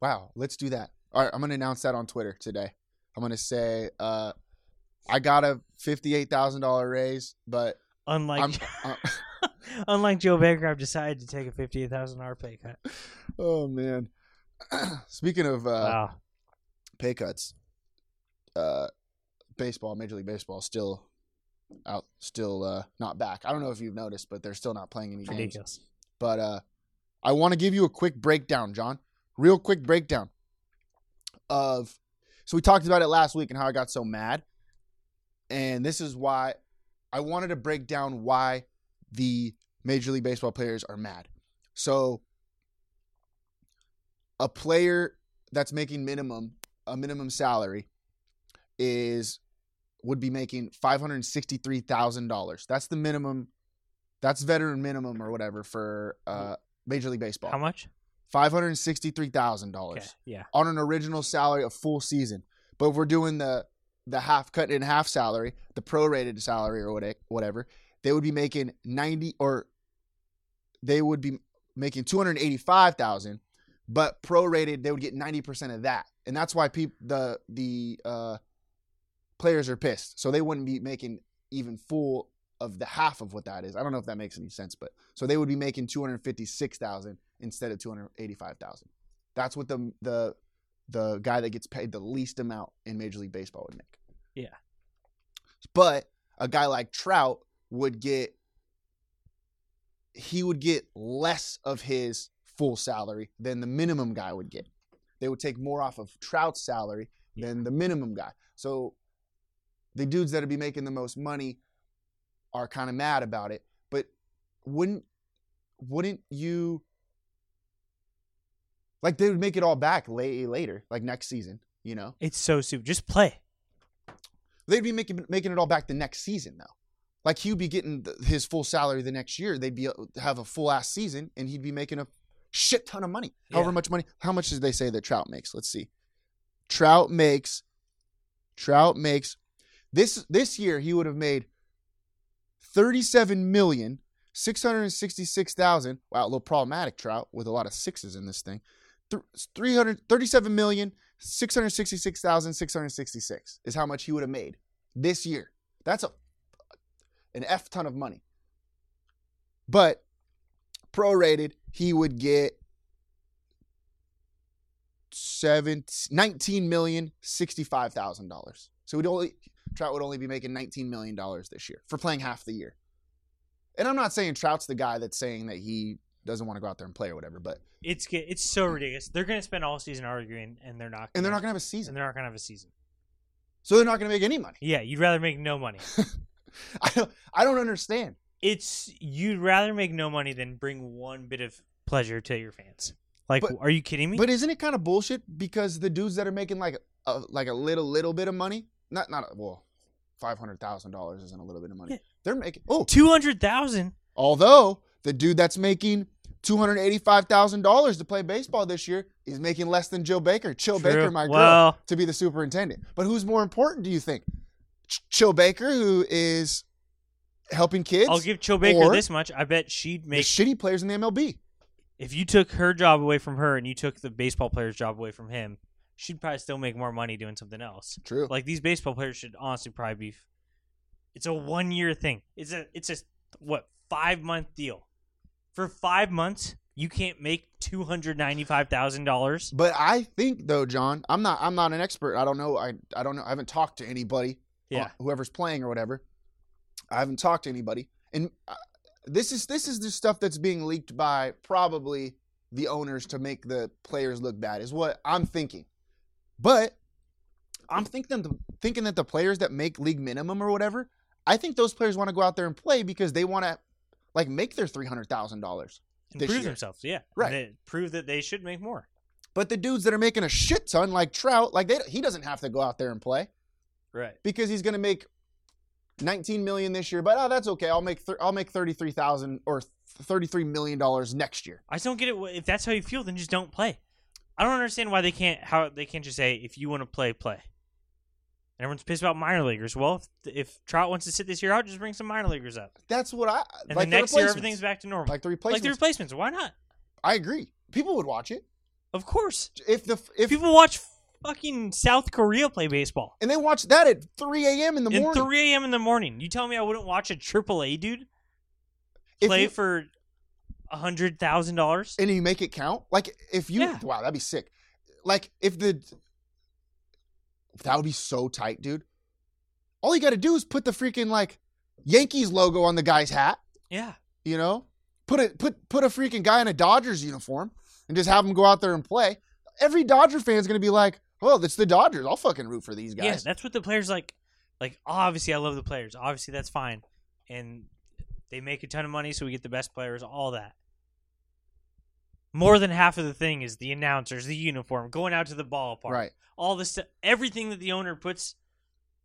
Wow, let's do that. All right, I'm gonna announce that on Twitter today. I'm gonna say uh, I got a fifty-eight thousand dollar raise, but
Unlike
I'm. i
unlike Joe Baker, I've decided to take a fifty eight thousand dollar pay cut.
oh man. Speaking of uh,
wow.
pay cuts, uh, baseball, Major League Baseball, still out, still uh, not back. I don't know if you've noticed, but they're still not playing any
It's
games.
ridiculous.
But uh, I want to give you a quick breakdown, John. Real quick breakdown of. So we talked about it last week and how I got so mad, and this is why I wanted to break down why the Major League Baseball players are mad. So a player that's making minimum a minimum salary is would be making five hundred sixty three thousand dollars. That's the minimum that's veteran minimum or whatever for uh, Major League Baseball.
How much?
Five hundred sixty-three thousand dollars
Okay. Yeah.
on an original salary, a full season. But if we're doing the the half cut in half salary, the prorated salary or what- whatever, they would be making ninety or they would be making two hundred eighty-five thousand, but prorated they would get ninety percent of that, and that's why people the the uh, players are pissed. So they wouldn't be making even full of the half of what that is. I don't know if that makes any sense, but so they would be making two hundred fifty-six thousand instead of two hundred eighty-five thousand. That's what the the the guy that gets paid the least amount in Major League Baseball would make.
Yeah.
But a guy like Trout would get he would get less of his full salary than the minimum guy would get. They would take more off of Trout's salary than the minimum guy. So the dudes that'd be making the most money are kind of mad about it. But wouldn't wouldn't you like they would make it all back late, later, like next season, you know?
It's so stupid. Just play.
They'd be making making it all back the next season though. Like he'd be getting th- his full salary the next year. They'd be uh, have a full ass season, and he'd be making a shit ton of money. However
Yeah.
much money. How much did they say that Trout makes? Let's see. Trout makes. Trout makes. This this year he would have made thirty seven million six hundred sixty six thousand. Wow, a little problematic Trout with a lot of sixes in this thing. Th- 337 million 666,666 is how much he would have made this year. That's a an F ton of money. But prorated, he would get seven nineteen million sixty five thousand dollars. So we'd only Trout would only be making nineteen million dollars this year for playing half the year. And I'm not saying Trout's the guy that's saying that he doesn't want to go out there and play or whatever, but
It's ge- it's so ridiculous. They're gonna spend all season arguing, and they're not.
Mm. and they're not gonna have a season.
And they're not gonna have a season.
So they're not gonna make any money.
Yeah, you'd rather make no money.
I don't I don't understand.
it's you'd rather make no money than bring one bit of pleasure to your fans. Like,
But-
are you kidding me?
But isn't it kind of bullshit because the dudes that are making like a like a little little bit of money, not not a, well, five hundred thousand dollars isn't a little bit of money.
Yeah.
They're making oh,
two hundred thousand.
although the dude that's making two hundred eighty five thousand dollars to play baseball this year is making less than Joe Baker. Chill
True.
Baker, my girl,
Well-
to be the superintendent. But who's more important? Do you think Ch- Chill Baker, who is helping kids,
I'll give Cho Baker
or
this much. I bet she'd
the
make
shitty players in the MLB?
if you took her job away from her and you took the baseball player's job away from him, she'd probably still make more money doing something else.
True.
Like these baseball players should honestly probably be. It's a one year thing. It's a it's a what five month deal. For five months, you can't make two hundred ninety five thousand dollars.
But I think though, John, I'm not I'm not an expert. I don't know. I I don't know. I haven't talked to anybody.
Yeah.
uh, Whoever's playing or whatever. I haven't talked to anybody. And uh, this is this is the stuff that's being leaked by probably the owners to make the players look bad is what I'm thinking. But I'm thinking thinking that the players that make league minimum or whatever, I think those players want to go out there and play because they want to like make their $300,000.
and
this
prove
year.
themselves. Yeah,
Right.
And it- prove that they should make more.
But the dudes that are making a shit ton, like Trout, like they, he doesn't have to go out there and play
Right.
because he's going to make 19 million this year. But oh, that's okay. I'll make th- I'll make 33,000 or 33 million dollars next year.
I just don't get it. If that's how you feel, then just don't play. I don't understand why they can't. How they can't just say if you want to play, play. And everyone's pissed about minor leaguers. Well, if, if Trout wants to sit this year out, just bring some minor leaguers up.
That's what I
And
like.
then next year,
replacements.
everything's back to normal.
Like the replacements.
replacements. Why not?
I agree. People would watch it
Of course.
if the if
People watch fucking South Korea play baseball
and they watch that at 3 a.m. in the
in
morning.
3 a.m. in the morning. You tell me I wouldn't watch a AAA dude
If
play
you-
for a hundred thousand dollars?
and you make it count. Like if you
Yeah.
wow, that'd be sick. Like if the that would be so tight, dude. All you got to do is put the freaking like Yankees logo on the guy's hat,
Yeah.
you know? Put it put put a freaking guy in a Dodgers uniform and just have him go out there and play. Every Dodger fan's going to be like, "Well, it's the Dodgers. I'll fucking root for these
Yeah,
guys."
that's what the players like. Like obviously, I love the players. Obviously, that's fine, and they make a ton of money, so we get the best players. All that. More than half of the thing is the announcers, the uniform, going out to the ballpark,
right.
All this, stuff, everything that the owner puts,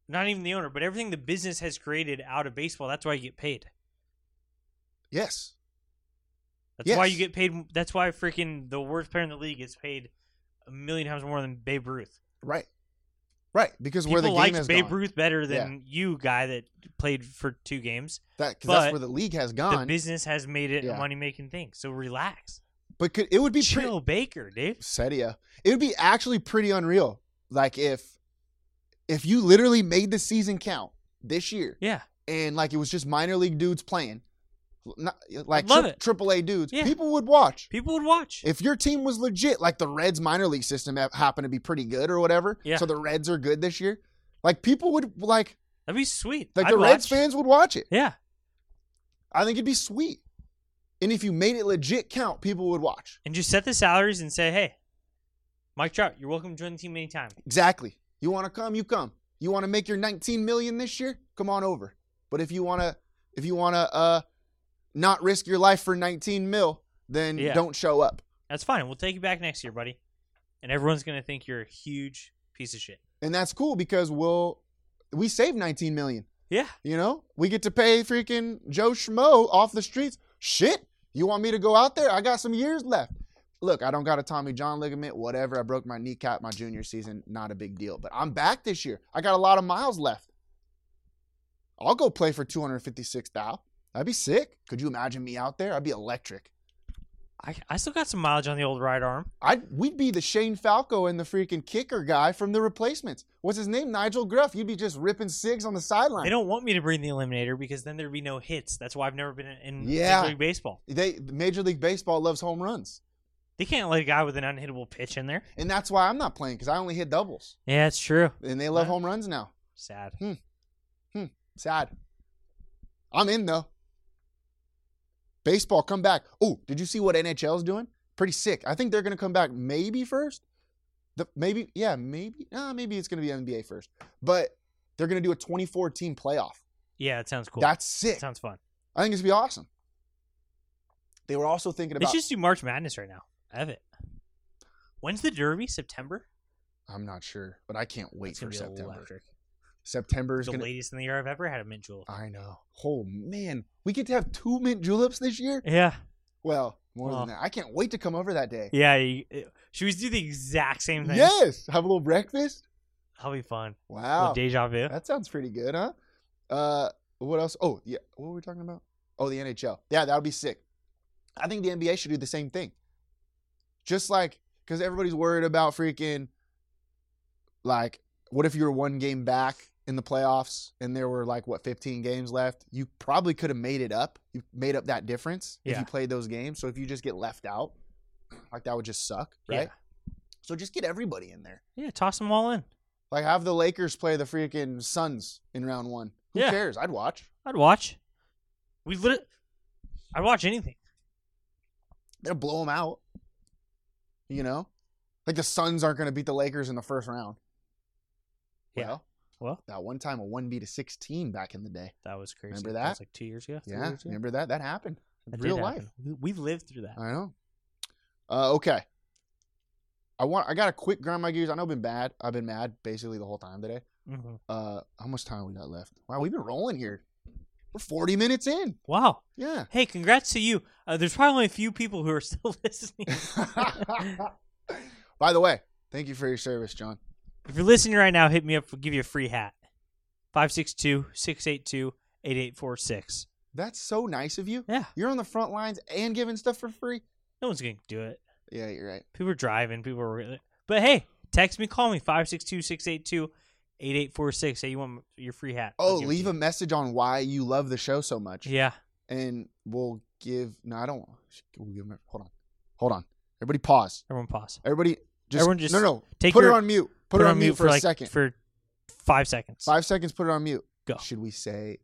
not even the owner, but everything the business has created out of baseball. That's why you get paid.
Yes.
That's why
Yes.
you get paid. That's why freaking the worst player in the league gets paid a million times more than Babe Ruth.
Right. Right, because
People
where the game
liked
has
Babe
gone.
Ruth better
Yeah.
than you, guy that played for two games.
That, 'cause that's
but
where the league has
The
gone.
business has made it
Yeah.
a money making thing. So relax.
but could, it would be pretty,
Chill Baker, dude.
Sedia. It would be actually pretty unreal. Like if if you literally made the season count this year
Yeah.
and like it was just minor league dudes playing, not, like
I'd love
tri- triple A dudes,
Yeah.
people would watch.
People would watch.
If your team was legit, like the Reds minor league system ha- happened to be pretty good or whatever,
Yeah.
so the Reds are good this year. Like people would like
That'd be sweet.
like
I'd
the Reds
watch.
fans would watch it.
Yeah.
I think it'd be sweet. And if you made it legit count, people would watch.
And just set the salaries and say, hey, Mike Trout, you're welcome to join the team anytime.
Exactly. You want to come, you come. You want to make your 19 million this year? Come on over. But if you want to if you want to uh not risk your life for 19 mil, then
Yeah.
don't show up.
That's fine. We'll take you back next year, buddy. And everyone's gonna think you're a huge piece of shit.
And that's cool because we'll we save 19 million,
Yeah.
you know? We get to pay freaking Joe Schmo off the streets. Shit. You want me to go out there? I got some years left. Look, I don't got a Tommy John ligament, whatever. I broke my kneecap my junior season, not a big deal. But I'm back this year. I got a lot of miles left. I'll go play for 256 thou. That'd be sick. Could you imagine me out there? I'd be electric.
I I still got some mileage on the old right arm.
I we'd be the Shane Falco and the freaking kicker guy from the replacements. What's his name? Nigel Gruff. You'd be just ripping cigs on the sideline.
They don't want me to bring the eliminator because then there'd be no hits. That's why I've never been in in
Yeah.
Major League Baseball.
They Major League Baseball loves home runs,
They can't let a guy with an unhittable pitch in there.
and that's why I'm not playing because I only hit doubles,
Yeah, it's true.
and they love
Huh?
home runs now.
Sad.
Sad. I'm in though. Baseball, come back. Oh, did you see what NHL's doing? Pretty sick. I think they're gonna come back maybe first. The, maybe, yeah, maybe. Nah, maybe it's gonna be NBA first, but they're gonna do a 24 team playoff.
Yeah, it sounds cool.
That's sick.
sounds fun.
I think it's gonna be awesome. They were also thinking
Let's
about.
just do March Madness right now. I have it. When's the Derby? September?
I'm not sure, but I can't wait
It's gonna
for
be
September.
electric.
September is
The
gonna.
latest in the year I've ever had a mint julep.
I know. Oh man, we get to have two mint juleps this year.
Yeah,
Well, more
Wow.
than that. I can't wait to come over that day.
yeah. You, it- should we do the exact same thing?
Yes, have a little breakfast.
that'll be fun.
Wow,
Little deja vu.
that sounds pretty good, huh? Uh, what else? Oh yeah, what were we talking about? Oh, the NHL. Yeah, that would be sick. I think the NBA should do the same thing. Just like because everybody's worried about freaking like what if you were one game back in the playoffs and there were like what 15 games left you probably could have made it up you made up that difference if
Yeah.
you played those games so if you just get left out like that would just suck right so just get everybody in there
Yeah, toss them all in.
like have the lakers play the freaking suns in round one who
Yeah.
cares i'd watch
I'd watch. We lit. I'd watch anything.
they'll blow them out you know like the suns aren't going to beat the lakers in the first round
Yeah.
well
Well,
that one time a 1b to 16 back in the day
that was crazy.
Remember
That was
that?
like two years ago. three
yeah
years ago.
remember that that happened
That did
real
happen.
life
We- We've lived through that.
I know. Uh, okay. I want. I got a quick grind my gears. I know I've been bad. I've been mad basically the whole time today.
Mhm.
Uh, how much time we got left? Wow, we've been rolling here. We're forty minutes in.
Wow.
Yeah.
Hey, congrats to you. Uh, there's probably only a few people who are still listening.
By the way, thank you for your service, John.
If you're listening right now, hit me up. We'll give you a free hat. 562 682 8846.
That's so nice of you.
Yeah.
You're on the front lines and giving stuff for free.
No one's going to do it.
Yeah, you're right.
People are driving. People are. really- But hey, text me, call me. 562 682 8846. Hey, you want your free hat? I'll
Oh,
give it
leave
to
a message on why you love the show so much.
you. Yeah.
And we'll give. No, I don't. We'll give him. Hold on. Hold on. Everybody, pause.
Everyone pause.
Everybody just,
Everyone just
no no
take
put
your-
her on mute. Put, her on mute, for, a
like,
second.
For five seconds.
Five seconds. Put her on mute.
Go.
Should we say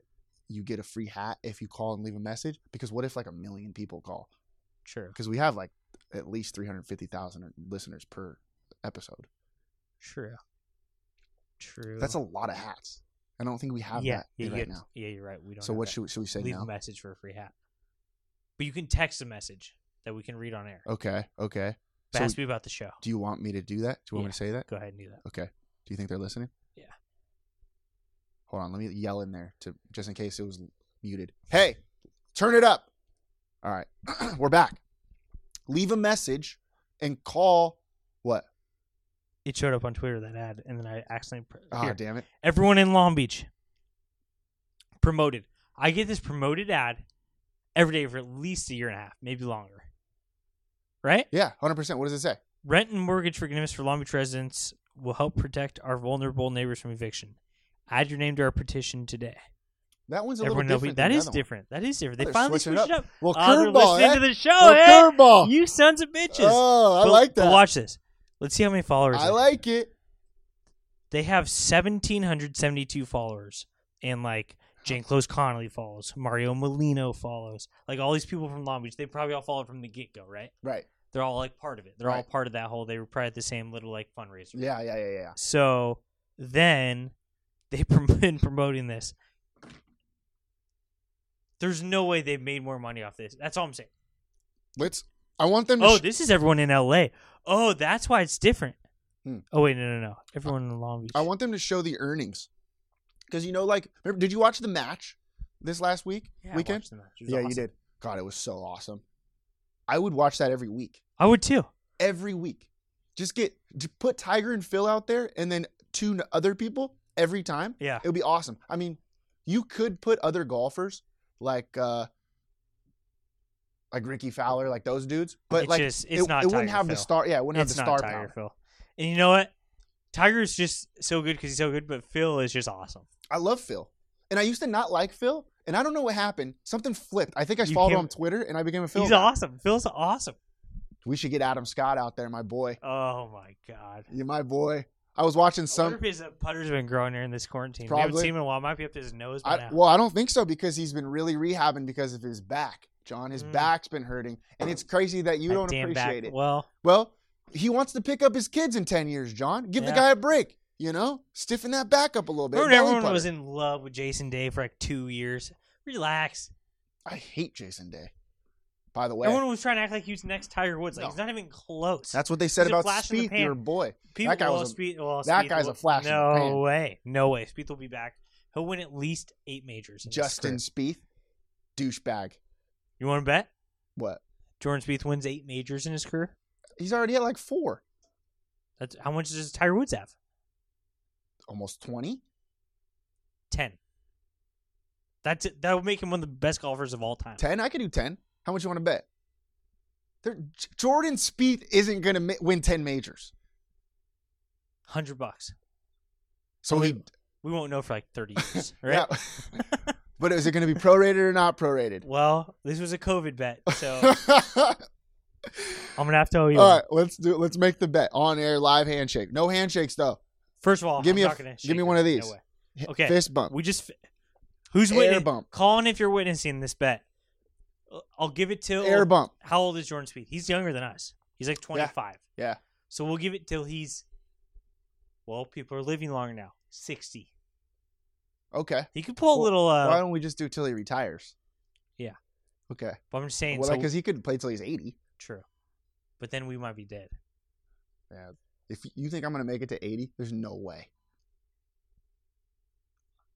you get a free hat if you call and leave a message? Because what if like a million people call?
Sure.
Because we have like at least three hundred fifty thousand listeners per episode.
True. True.
That's a lot of hats. I don't think we have
yeah,
that
yeah, you
right
get-
now.
Yeah, you're right. We don't.
So
have
what
that.
should we, should we say
leave
now?
a message for a free hat? But you can text a message that we can read on air.
Okay. Okay.
But it
So
has to be about the show.
do you want me to do that? Do you want me to say that?
Go ahead and do that.
Okay. Do you think they're listening?
Yeah.
Hold on, let me yell in there to just in case it was muted. Hey, turn it up. All right. We're back. Leave a message and call what?
It showed up on Twitter that ad, and then I accidentally. Pr-
Ah,
Here.
damn it.
Everyone in Long Beach promoted. I get this promoted ad every day for at least a year and a half, maybe longer. Right?
Yeah, 100%. What does it say?
Rent and mortgage forgiveness for Long Beach residents will help protect our vulnerable neighbors from eviction. Add your name to our petition today.
That one's a
Everyone
little
knows
different.
that
than
is
the other one.
different. That is different. They
They're
finally
switching
switched it
up.
up.
Well,
Oh, they're
curveball,
listening
eh?
to the show,
Well,
eh?
curveball.
You sons of bitches.
Oh, I
But-
like
but
that.
watch this. Let's see how many followers.
I
they-
like it.
They have seventeen hundred seventy-two followers, and like Jane Close Connolly follows, Mario Molino follows, like all these people from Long Beach. They probably all followed from the get-go, right?
Right.
They're all like part of it. They're all
Right.
part of that whole. They were probably at the same little like fundraiser.
Yeah, yeah, yeah, yeah.
So then they've prom- been promoting this. There's no way they've made more money off this. That's all I'm saying.
Let's. I want them to.
Oh,
sh-
this is everyone in LA. Oh, that's why it's different.
Hmm.
Oh wait, no, no, no. Everyone in Long Beach.
I want them to show the earnings. Because you know, like, remember, did you watch the match this last week
Yeah, I
weekend?
watched the match. It was
Yeah, you
awesome.
did. God, it was so awesome. I would watch that every week.
I would too.
Every week. Just get just put Tiger and Phil out there, and then two n- other people every time.
Yeah.
It would be awesome. I mean, you could put other golfers like uh like Ricky Fowler, like those dudes, but
It's
like
just- it's
it,
not
it wouldn't
Tiger
have the
Phil.
star. Yeah, it wouldn't
it's
have the
not
star
Tiger
power.
Phil. And you know what? Tiger's just so good because he's so good, but Phil is just awesome.
I love Phil. And I used to not like Phil. And I don't know what happened. Something flipped. I think I
You
followed him
can't-
on Twitter and I became a Phil.
he's
guy.
awesome. Phil's awesome.
We should get Adam Scott out there, my boy.
Oh my god.
You my boy. I was watching
I wonder
some
if his uh, putter's been growing during this quarantine. We haven't
Probably.
seen him in a while. Might be up to his nose by
I,
now.
well, I don't think so because he's been really rehabbing because of his back. John, his
Mm.
back's been hurting. And it's crazy that you
That
don't
damn
appreciate
back.
it.
Well,
Well, he wants to pick up his kids in 10 years, John. Give the
Yeah.
guy a break, you know? Stiffen that back up a little bit.
remember when
Belly
everyone
putter.
was in love with Jason Day for like two years? Relax.
I hate Jason Day, by the way.
Everyone was trying to act like he was the next Tiger Woods. Like
No.
he's not even close.
That's what they said
He's a
about
flash in the
Spieth,
pan.
your boy.
People
that guy
will
was a-
Spieth- well,
that
Spieth
guy's
will-
a flash in the
No
pan.
way. No way. Spieth will be back. He'll win at least eight majors. in his
Justin
career.
Spieth, douchebag.
You want to bet?
What?
Jordan Spieth wins eight majors in his career.
He's already at like four,
That's how much does Tiger Woods have?
almost 20.
Ten. That's it. That would make him one of the best golfers of all time.
10? I could do 10. How much you want to bet? There, J- Jordan Spieth isn't going to ma- win 10 majors.
Hundred bucks.
So he.
We won't know for like thirty years, right?
yeah. but is it going to be prorated or not prorated?
Well, this was a COVID bet, so
All
I'm gonna have to owe you. one.
right, let's do. Let's make the bet on air live handshake. No handshakes though.
First of all,
Give
I'm
me a-
not gonna
give
shake
me one of
hands.
these.
No way. Okay.
Fist bump.
We just who's
Air
witness?
bump.
Colin, if you're witnessing this bet, I'll give it till
Air bump.
How old is Jordan Speed? He's younger than us. He's like 25.
Yeah.
So we'll give it till he's. Well, people are living longer now. 60.
Okay.
He could pull a
Well,
little. Uh,
Why don't we just do till he retires?
Yeah.
Okay.
but I'm just saying.
Well,
so,
because he could play till he's 80.
true. But then we might be dead.
If you think I'm going to make it to 80, there's no way.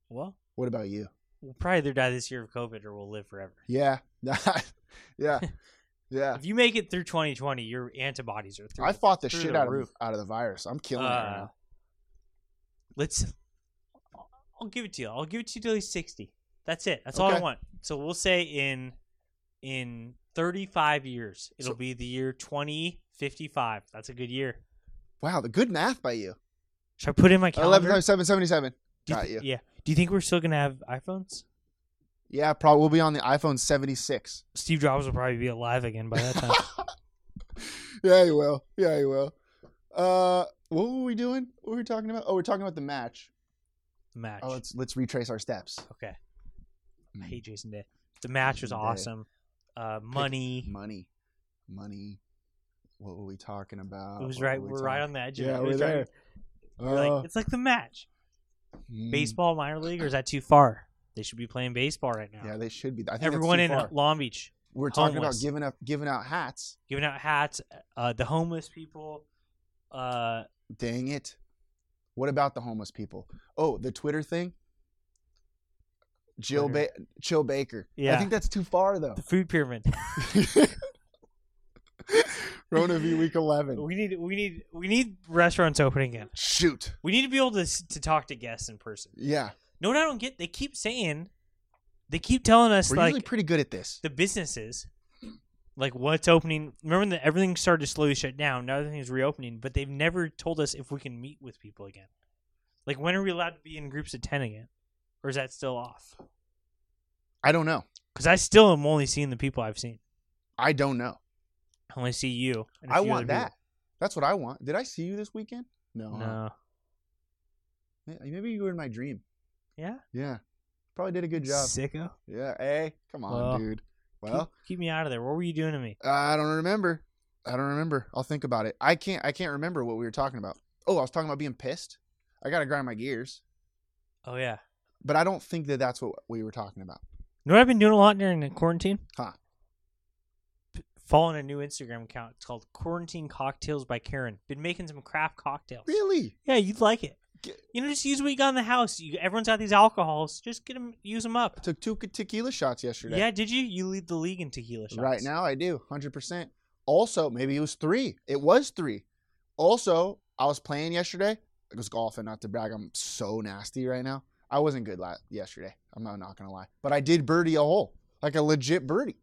Well,
What about you?
we'll probably either die this year of COVID or we'll live forever.
Yeah. yeah. Yeah.
If you make it through 2020, your antibodies are through.
I fought the
through
shit
the
out
roof.
of out of the virus. I'm killing it right
Uh,
now.
let's. I'll give it to you. I'll give it to you till he's sixty. That's it. That's all I
Okay.
want. So we'll say in in thirty five years, it'll
So-
be the year twenty fifty five. That's a good year.
Wow, the good math by you.
Should I put in my calendar?
Eleven times seven seventy seven.
Do you
Got
thi-
you.
Yeah. Do you think we're still gonna have iPhones?
Yeah, probably we'll be on the iPhone seventy six.
Steve Jobs will probably be alive again by that time.
Yeah, you will. Yeah, you will. Uh, what were we doing? What were we talking about? Oh, we're talking about the match.
match.
Oh, let's let's retrace our steps. Mm.
okay. I hate Jason Day. The match was
Jason Day.
awesome. Uh, money.
Money, money. What were we talking about?
It was
What
right.
were
We're
we
right
talking-
on the edge. of
Yeah,
it. It
we're
was right-
there.
we're
Uh,
like, it's like the match.
mm,
baseball minor league or is that too far? They should be playing baseball right now.
mm, Yeah, they should be. I think that's
Everyone
too
in
far.
Long Beach
we're talking
homeless.
about giving up giving out hats.
giving out hats, uh, the homeless people. Uh,
Dang it. What about the homeless people? Oh, the Twitter thing? Jill ba-
Twitter.
Jill Baker. I
Yeah.
think that's too far though.
the food pyramid.
Rona V week 11.
we need we need we need restaurants open again.
Shoot.
We need to be able to s- to talk to guests in person.
Yeah.
No, what I don't get. They keep saying, they keep telling us
We're usually
like
pretty good at this.
the businesses, like what's opening. Remember that everything started to slowly shut down. Now everything's reopening, but they've never told us if we can meet with people again. Like when are we allowed to be in groups of ten again, or is that still off?
I don't know.
Because I still am only seeing the people I've seen.
I don't know.
I only see you. and a
I
few
want Uh-huh.
other people.
that. That's what I want. Did I see you this weekend? No. huh?
No.
May- Maybe you were in my dream.
Yeah.
Yeah. Probably did a good job.
Sicko.
Yeah. Hey, come on,
Well,
dude.
Keep-
Well,
keep, me out of there. What were you doing to me?
I don't remember. I don't remember. I'll think about it. I can't. I can't remember what we were talking about. Oh, I was talking about being pissed. I gotta grind my gears.
Oh yeah.
But I don't think that that's what we were talking about.
You know what I've been doing a lot during the quarantine?
Huh.
P- Following a new Instagram account. It's called Quarantine Cocktails by Karen. Been making some craft cocktails.
Really?
Yeah, you'd like it.
Get-
You know, just use what you got in the house. You, everyone's got these alcohols. Just get them, use them
I
up.
took two ke- tequila shots yesterday.
Yeah, did you? You lead the league in tequila shots.
Right now, I do 100%. Also, maybe it was three. It was three. Also, I was playing yesterday. I was golfing, not to brag. I'm so nasty right now. I wasn't good la- yesterday. I'm not, not going to lie. But I did birdie a hole, like a legit birdie.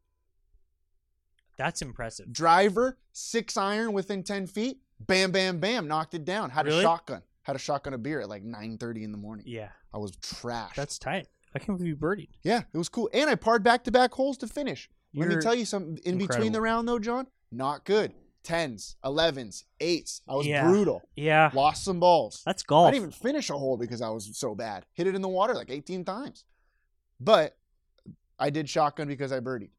That's impressive.
Mm. Driver, six iron within 10 feet. Bam, bam, bam. Knocked it down. Had
Really?
a shotgun. Had a shotgun of beer at like 9.30 in the morning.
Yeah,
I was trashed.
that's tight. I can't believe you birdied.
Yeah, it was cool. And I parred back to back holes to finish. Let
You're
me tell you something. In between
incredible.
the round, though, John, not good. Tens, elevens, eights. I was
Yeah.
brutal.
Yeah,
Lost some balls.
that's
I
golf.
didn't even finish a hole because I was so bad. Hit it in the water like 18 times. But I did shotgun because I birdied.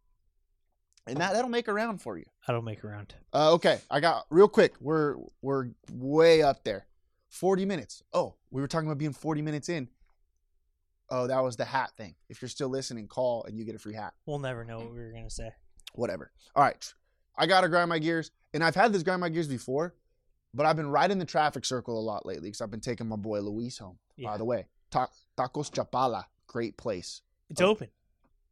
And that, that'll make a round for you.
I don't make around.
Uh, okay, I got real quick. We're we're way up there. 40 minutes. Oh, we were talking about being 40 minutes in. Oh, that was the hat thing. If you're still listening, call and you get a free hat.
We'll never know what we were gonna say.
Whatever. All right. I got to grind my gears. And I've had this grind my gears before, but I've been riding the traffic circle a lot lately cuz I've been taking my boy Luis home.
Yeah.
By the way, Ta- Tacos Chapala, great place.
It's open.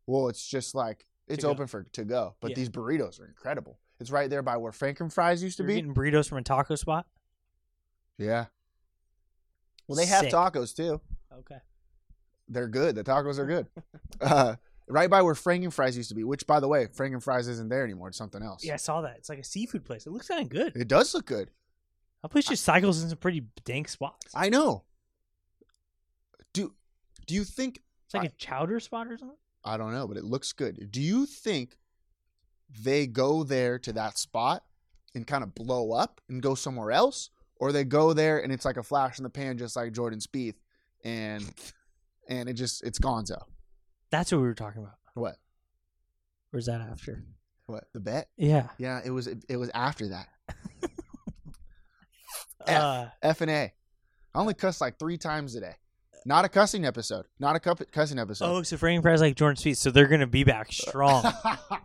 Well, it's just like it's
go.
open for to go, but
Yeah.
these burritos are incredible. It's right there by where Franken Fries used to
You're
be.
getting burritos from a taco spot.
Yeah. Well, they have
Sick.
tacos too.
Okay.
They're good. The tacos are good. uh, right by where Franken Fries used to be, which, by the way, Franken Fries isn't there anymore. It's something else.
Yeah, I saw that. It's like a seafood place. It looks kind of good.
It does look good.
That place just cycles in some pretty dank spots.
I know. Do Do you think?
It's like a chowder spot or something.
I don't know, but it looks good. Do you think they go there to that spot and kind of blow up and go somewhere else, or they go there and it's like a flash in the pan, just like Jordan Spieth, and and it just it's Gonzo.
That's what we were talking about.
What?
Where's that after?
What the bet?
Yeah.
Yeah, it was it, was after that. F.
Uh,
F and A. I only cuss like three times a day. Not a cussing episode. Not a cup cussing episode.
oh, so Frank Fry's like Jordan Spieth, so they're gonna be back
Oh,
strong.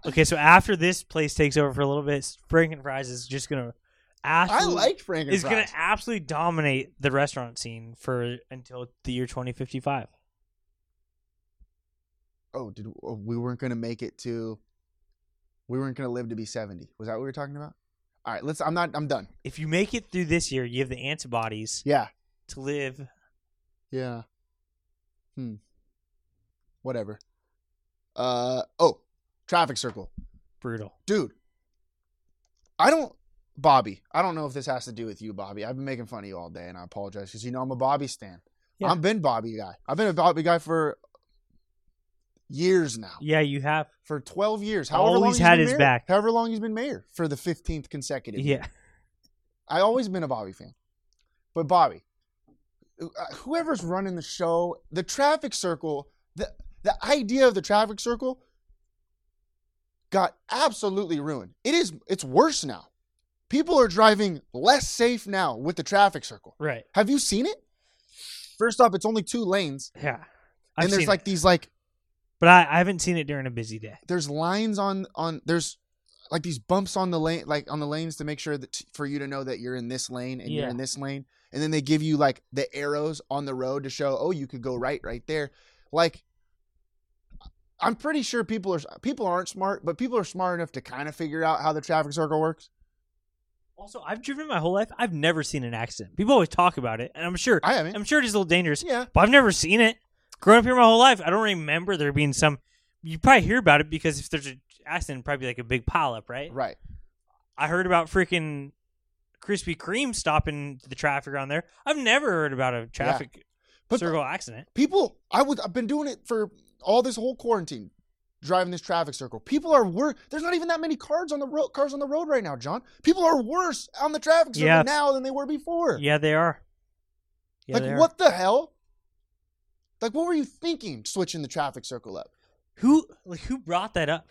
okay, so after this place takes over for a little bit, Frank and Fry's is just gonna.
I
Absolutely,
liked Frank and
Is gonna
Fries.
absolutely dominate the restaurant scene for until the year 2055.
oh, did oh, we weren't gonna make it to? We weren't gonna live to be seventy. Was that what we were talking about? All right, let's. I'm not. I'm done.
If you make it through this year, you have the antibodies
Yeah.
to live.
Yeah. Hmm. Whatever. Uh oh, traffic circle.
Brutal.
dude i don't bobby i don't know if this has to do with you bobby i've been making fun of you all day and i apologize because you know i'm a bobby stan
Yeah.
i've been bobby guy i've been a bobby guy for years now
Yeah, you have.
for 12 years however long
Always
he's
had
been
his
mayor-
back.
however long he's been mayor for the 15th consecutive year.
Yeah.
i always been a bobby fan but bobby uh, whoever's running the show the traffic circle the the idea of the traffic circle got absolutely ruined. It is it's worse now. People are driving less safe now with the traffic circle.
Right.
Have you seen it? First off, it's only two lanes
Yeah.
and there's like these like
but I, I haven't seen it during a busy day.
there's lines on on there's like these bumps on the lane like on the lanes to make sure that for you to know that you're in this lane and you're
Yeah.
in this lane and then they give you like the arrows on the road to show oh you could go right right there like i'm pretty sure people are people aren't smart but people are smart enough to kind of figure out how the traffic circle works
Also, I've driven my whole life. I've never seen an accident. People always talk about it, and I'm sure
i haven't
I'm sure it is a little dangerous.
Yeah.
But I've never seen it. Growing up here my whole life, I don't remember there being some. You probably hear about it because if there's an accident, it'd probably be like a big pileup, right?
right
I heard about freaking Krispy Kreme stopping the traffic on there. I've never heard about a traffic
But-
circle accident.
people i would i've been doing it for all this whole quarantine driving this traffic circle people are worse there's not even that many cars on the road cars on the road right now john people are worse on the traffic circle
Yeah.
now than they were before
Yeah, they are. Yeah, they
like
are.
what the hell like what were you thinking switching the traffic circle up
Who like who brought that up?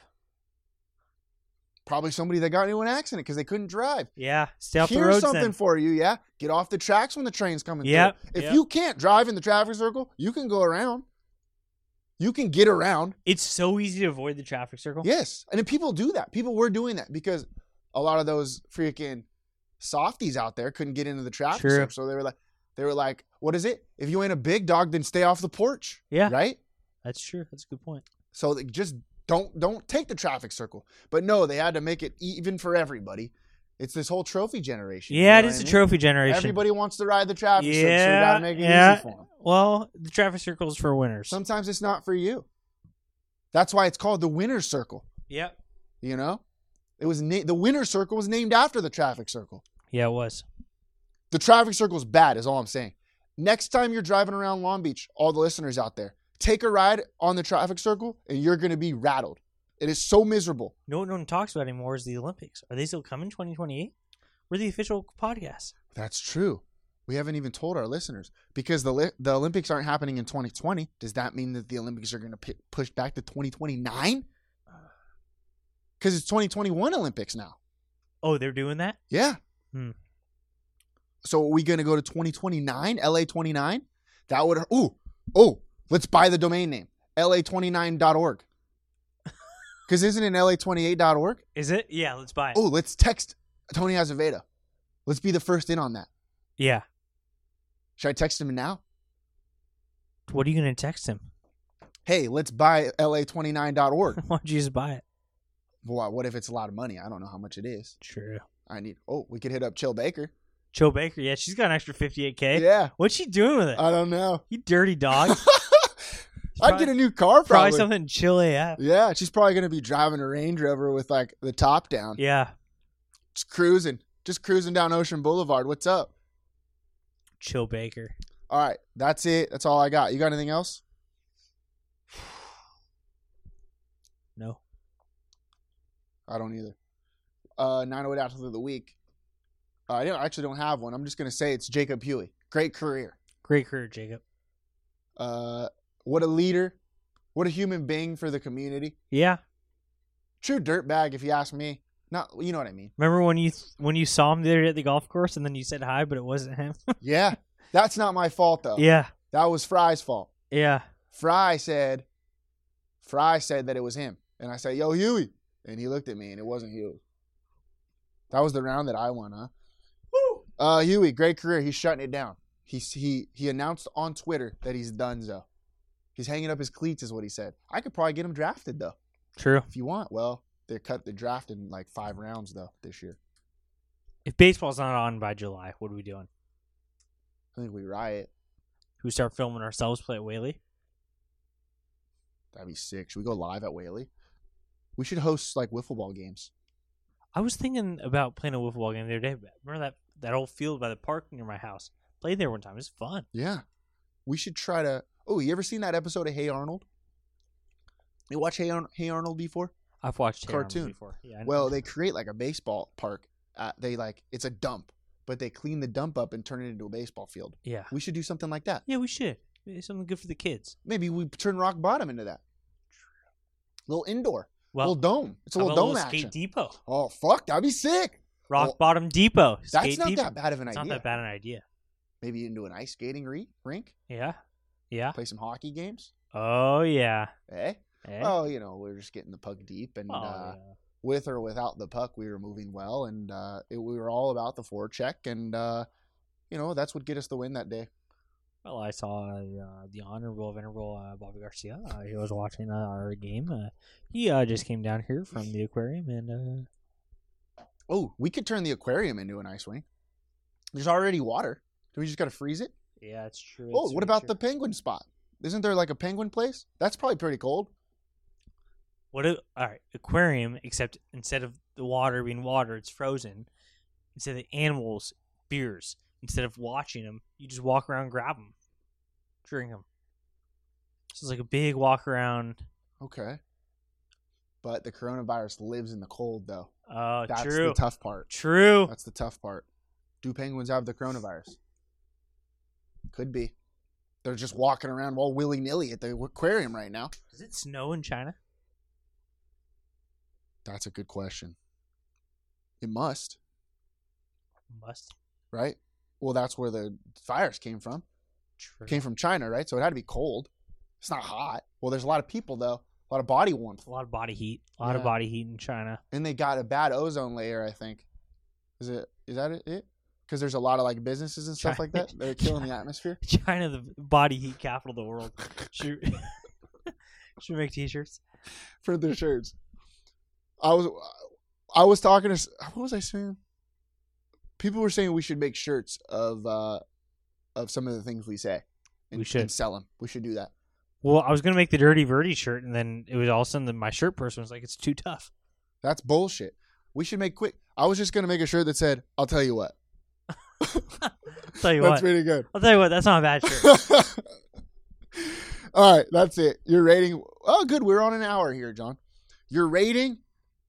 Probably somebody that got into an accident because they couldn't drive.
Yeah, stay off
Here's
the roads
something
then.
for you, yeah. Get off the tracks when the train's coming
Yep,
through. If
yep.
you can't drive in the traffic circle, you can go around. You can get around.
it's so easy to avoid the traffic circle.
Yes. And if people do that. People were doing that because a lot of those freaking softies out there couldn't get into the traffic.
True.
circle. So they were like, they were like, what is it? If you ain't a big dog, then stay off the porch.
Yeah.
Right?
That's true. That's a good point.
So they just don't don't take the traffic circle. But no, they had to make it even for everybody. It's this whole trophy generation. you
Yeah, it
know
is
what
the
I mean?
trophy generation.
Everybody wants to ride the traffic circle, so we
Yeah,
gotta make it
yeah.
easy for them.
well, the traffic circle is for winners.
Sometimes it's not for you. That's why it's called the winner's circle.
Yep.
You know, it was na- the winner's circle was named after the traffic circle.
Yeah, it was.
The traffic circle is bad, is all I'm saying. Next time you're driving around Long Beach, all the listeners out there, take a ride on the traffic circle, and you're gonna be rattled. It is so miserable.
No, no one talks about anymore is the Olympics. Are they still coming? Twenty twenty eight. We're the official podcast.
That's true. We haven't even told our listeners because the li- the Olympics aren't happening in 2020. Does that mean that the Olympics are going to p- push back to 2029? Because it's 2021 Olympics now.
Oh, they're doing that.
Yeah.
Hmm.
So are we going to go to 2029, LA 29? That would ooh oh let's buy the domain name la29.org. Because isn't it la28.org?
Is it? Yeah, let's buy it.
Oh, let's text Tony Azevedo. Let's be the first in on that.
Yeah.
Should I text him now?
What are you gonna text him?
hey, let's buy la29.org.
Why don't you just buy it?
Boy, what if it's a lot of money? I don't know how much it is.
True.
I need. Oh, we could hit up Chill Baker.
Joe Baker. Yeah, she's got an extra fifty eight k.
Yeah, Uh,
What's she doing with it?
I don't know.
you dirty dog.
I'd get a new car
Probably
probably.
something chill AF.
Yeah, she's probably gonna be driving a Range Rover with like the top down,
Yeah.
just cruising, just cruising down Ocean Boulevard. What's up?
Chill Baker.
All right, that's it. That's all I got. You got anything else?
No.
I don't either. Uh, 908 out of the week. Uh, I don't, I actually don't have one. I'm just gonna say it's Jacob Huey. Great career.
Great career, Jacob.
Uh, what a leader. What a human being for the community.
Yeah.
True dirtbag, if you ask me. Not, you know what I mean.
Remember when you when you saw him the other day at the golf course and then you said hi, but it wasn't him.
Yeah, that's not my fault though.
yeah.
that was Fry's fault.
Yeah.
Fry said, Fry said that it was him, and I said, "Yo, Huey," and he looked at me, and it wasn't Huey. That was the round that I won, huh? Woo! Uh, Huey, great career. He's shutting it down. He he he announced on Twitter that he's done so. He's hanging up his cleats, is what he said. I could probably get him drafted though.
True.
if you want. Well, they cut the draft in like five rounds though this year.
If baseball's not on by July, what are we doing?
I think we riot.
Do we start filming ourselves play at Whaley?
That'd be sick. Should we go live at Whaley? We should host like wiffle ball games.
I was thinking about playing a wiffle ball game the other day. but Remember that that old field by the park near my house? Played there one time. It's fun.
Yeah, we should try to. Oh, you ever seen that episode of Hey Arnold? You watch Hey, Arn- hey Arnold before?
I've watched Taylor Arnold
Cartoon.
before. Yeah. I know.
Well, they create like a baseball park. Uh, they like it's a dump, but they clean the dump up and turn it into a baseball field.
yeah.
We should do something like that.
Yeah, we should. It's something good for the kids.
Maybe we turn Rock Bottom into that. Little indoor,
Well,
little dome. It's a
how
little
about
dome
Skate
action.
Depot,
Oh fuck, that'd be sick.
Rock
Well,
Bottom Depot.
That's
Skate
not
Depot.
that bad of an
It's
idea.
not that bad an idea.
Maybe you can do an ice skating re- rink,
Yeah. Yeah.
play some hockey games.
Oh yeah.
Eh?
Eh?
Oh, you know, we were just getting the puck deep, and
Oh,
uh,
yeah.
with or without the puck, we were moving well, and uh, it, we were all about the forecheck, and uh, you know that's what get us the win that day.
Well, I saw uh, the honorable venerable uh, Bobby Garcia. Uh, he was watching uh, our game. Uh, he uh, just came down here from the aquarium, and uh,
Oh, we could turn the aquarium into an ice rink. There's already water. Do we just gotta freeze it?
yeah, it's true.
oh, what about the penguin spot? Isn't there like a penguin place? That's probably pretty cold.
what? A, all right, aquarium. Except instead of the water being water, it's frozen. Instead of the animals, beers. Instead of watching them, you just walk around, grab them, drink them. So it's like a big walk around.
Okay. But the coronavirus lives in the cold, though.
Uh,
That's
true,
the tough part.
true.
That's the tough part. Do penguins have the coronavirus? Could be. They're just walking around all willy nilly at the aquarium right now.
Does it snow in China?
That's a good question. It must,
Must.
right? Well, that's where the fires came from.
True.
Came from China, right? So it had to be cold. It's not hot. Well, there's a lot of people though, a lot of body warmth,
a lot of body heat. A lot
Yeah.
of body heat in China.
and they got a bad ozone layer. I think. Is it? Is that it? Because there's a lot of like businesses and stuff
China-
like that. They're killing the atmosphere.
China, the body heat capital of the world. Should, should make t-shirts.
for their shirts. I was I was talking to s- what was I saying? People were saying we should make shirts of uh of some of the things we say. And,
We should.
and sell them. We should do that.
Well, I was gonna make the Dirty Verdi shirt, and then it was all of a sudden that my shirt person was like, "It's too tough."
That's bullshit. We should make quick. I was just gonna make a shirt that said, "I'll tell you what."
tell you
That's
what,
pretty good.
I'll tell you what, that's not a bad shirt.
All right, that's it. Your rating. Oh, good. We're on an hour here, John. Your rating.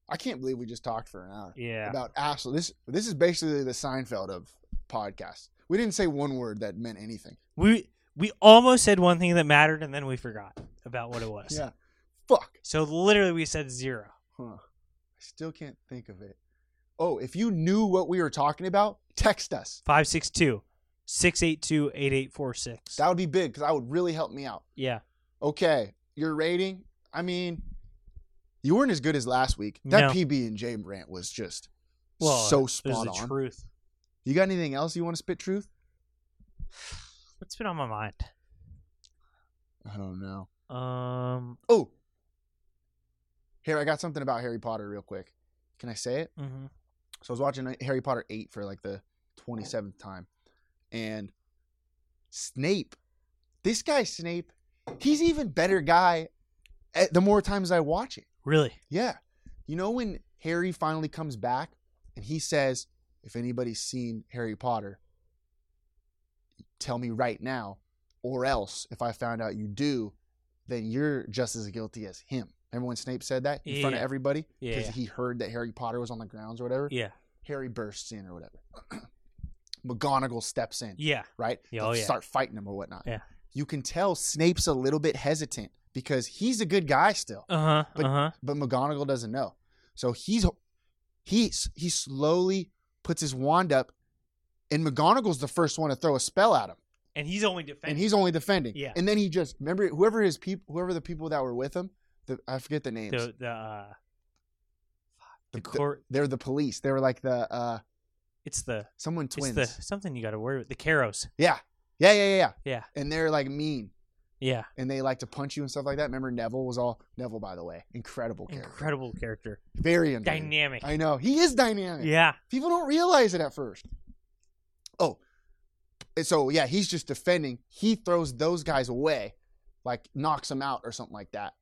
I can't believe we just talked for an hour.
yeah,
about Ashley. This this is basically the Seinfeld of podcasts. We didn't say one word that meant anything.
we we almost said one thing that mattered, and then we forgot about what it was.
Yeah. Fuck.
So literally, we said zero.
Huh. I still can't think of it. Oh, if you knew what we were talking about, text us.
562 682 8846.
That would be big because that would really help me out.
Yeah.
Okay, your rating. I mean, you weren't as good as last week. That
No.
PB and J rant was just
Well,
so
it was
spot
the
on.
truth.
You got anything else you want to spit truth?
What's been on my mind?
I don't know.
Um,
Oh, here I got something about Harry Potter real quick. Can I say it?
mhm.
So I was watching Harry Potter 8 for like
Oh.
the 27th time. And Snape, this guy Snape, he's even better guy at, the more times I watch it.
really?
Yeah. You know when Harry finally comes back and he says, if anybody's seen Harry Potter, tell me right now, or else if I found out you do, then you're just as guilty as him. Remember when Snape said that in front of
Yeah.
everybody?
Yeah,
Because
yeah.
he heard that Harry Potter was on the grounds or whatever.
Yeah.
Harry bursts in or whatever. McGonagall steps in,
Yeah.
right?
Yeah, oh
They
yeah.
Start fighting him or whatnot.
Yeah.
You can tell Snape's a little bit hesitant because he's a good guy still,
Uh huh.
But-
Uh huh.
but McGonagall doesn't know. So he's he's he slowly puts his wand up, and McGonagall's the first one to throw a spell at him,
And he's only defending.
and he's only defending.
Yeah.
And then he just remember whoever his people, whoever the people that were with him, the, I forget the names.
the the uh,
The-
the
the-
court.
they're the police. They were like the uh
It's the
someone twins.
it's the something you got to worry with the Caros.
Yeah. Yeah, yeah, yeah, yeah.
Yeah.
And they're like mean
Yeah.
and they like to punch you and stuff like that. Remember Neville was all Neville by the way. Incredible character.
Incredible character.
Very underrated.
Dynamic.
I know. He is dynamic.
Yeah.
People don't realize it at first. Oh. And so yeah, he's just defending. He throws those guys away, like knocks them out or something like that.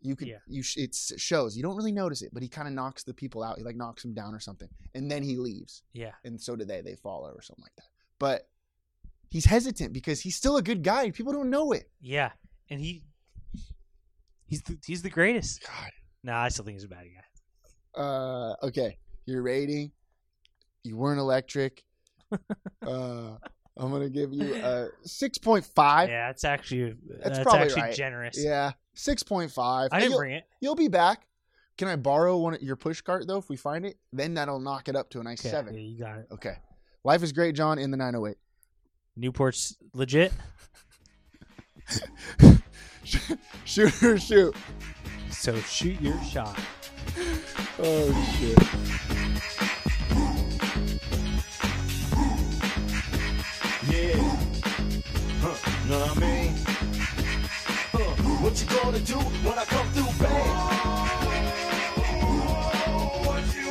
You could
Yeah.
you sh- it s- shows. You don't really notice it, but he kind of knocks the people out. He like knocks them down or something. And then he leaves
Yeah.
and so do they. They follow or something like that. But he's hesitant because he's still a good guy. and People don't know it.
Yeah. And he he's the, he's the greatest.
God.
Nah, I still think he's a bad guy.
Uh, okay, your rating. You weren't electric. uh, I'm gonna give you a six point five. Yeah,
yeah, that's actually that's,
probably
actually
right.
generous.
six point five.
I didn't
you'll,
bring it.
you'll be back. Can I borrow one of your push cart though? If we find it, then that'll knock it up to a nice
Okay,
seven.
yeah, you got it.
Okay. Life is great, John. In the 908.
Newport's legit.
Shoot or shoot.
So shoot your shot.
Oh shit.
Yeah. Huh, know what I mean? Uh, what you gonna do when I come through, babe? what you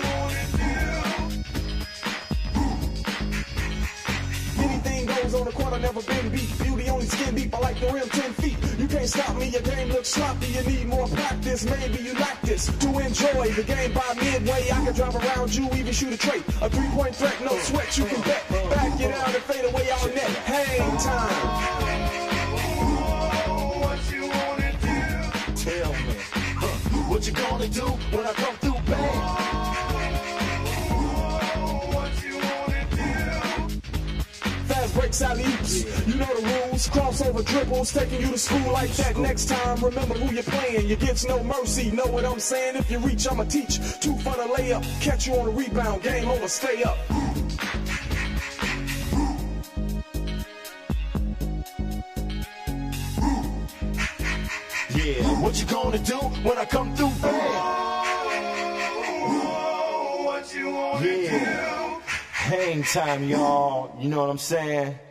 wanna do? Anything goes on the court, I never been beat. Beauty only skin deep, I like the rim 10 feet. You can't stop me, your game looks sloppy. You need more practice, maybe you like this. To enjoy the game by midway, I can drive around you, even shoot a trait. A three point threat, no sweat, you can bet. Back it out and fade away all net. Hang time. What you wanna do? Tell me. huh, What you gonna do when I come through, babe? What you wanna do? Fast break tricks, alley oops. You know the rules, crossover dribbles, taking you to school like that. Next time, remember who you're playing. You get no mercy, know what I'm saying? If you reach, I'ma teach. Two for the layup, catch you on the rebound, game over, stay up. Yeah, what you gonna do when I come through? what you wanna do? Hang time, y'all. You know what I'm saying?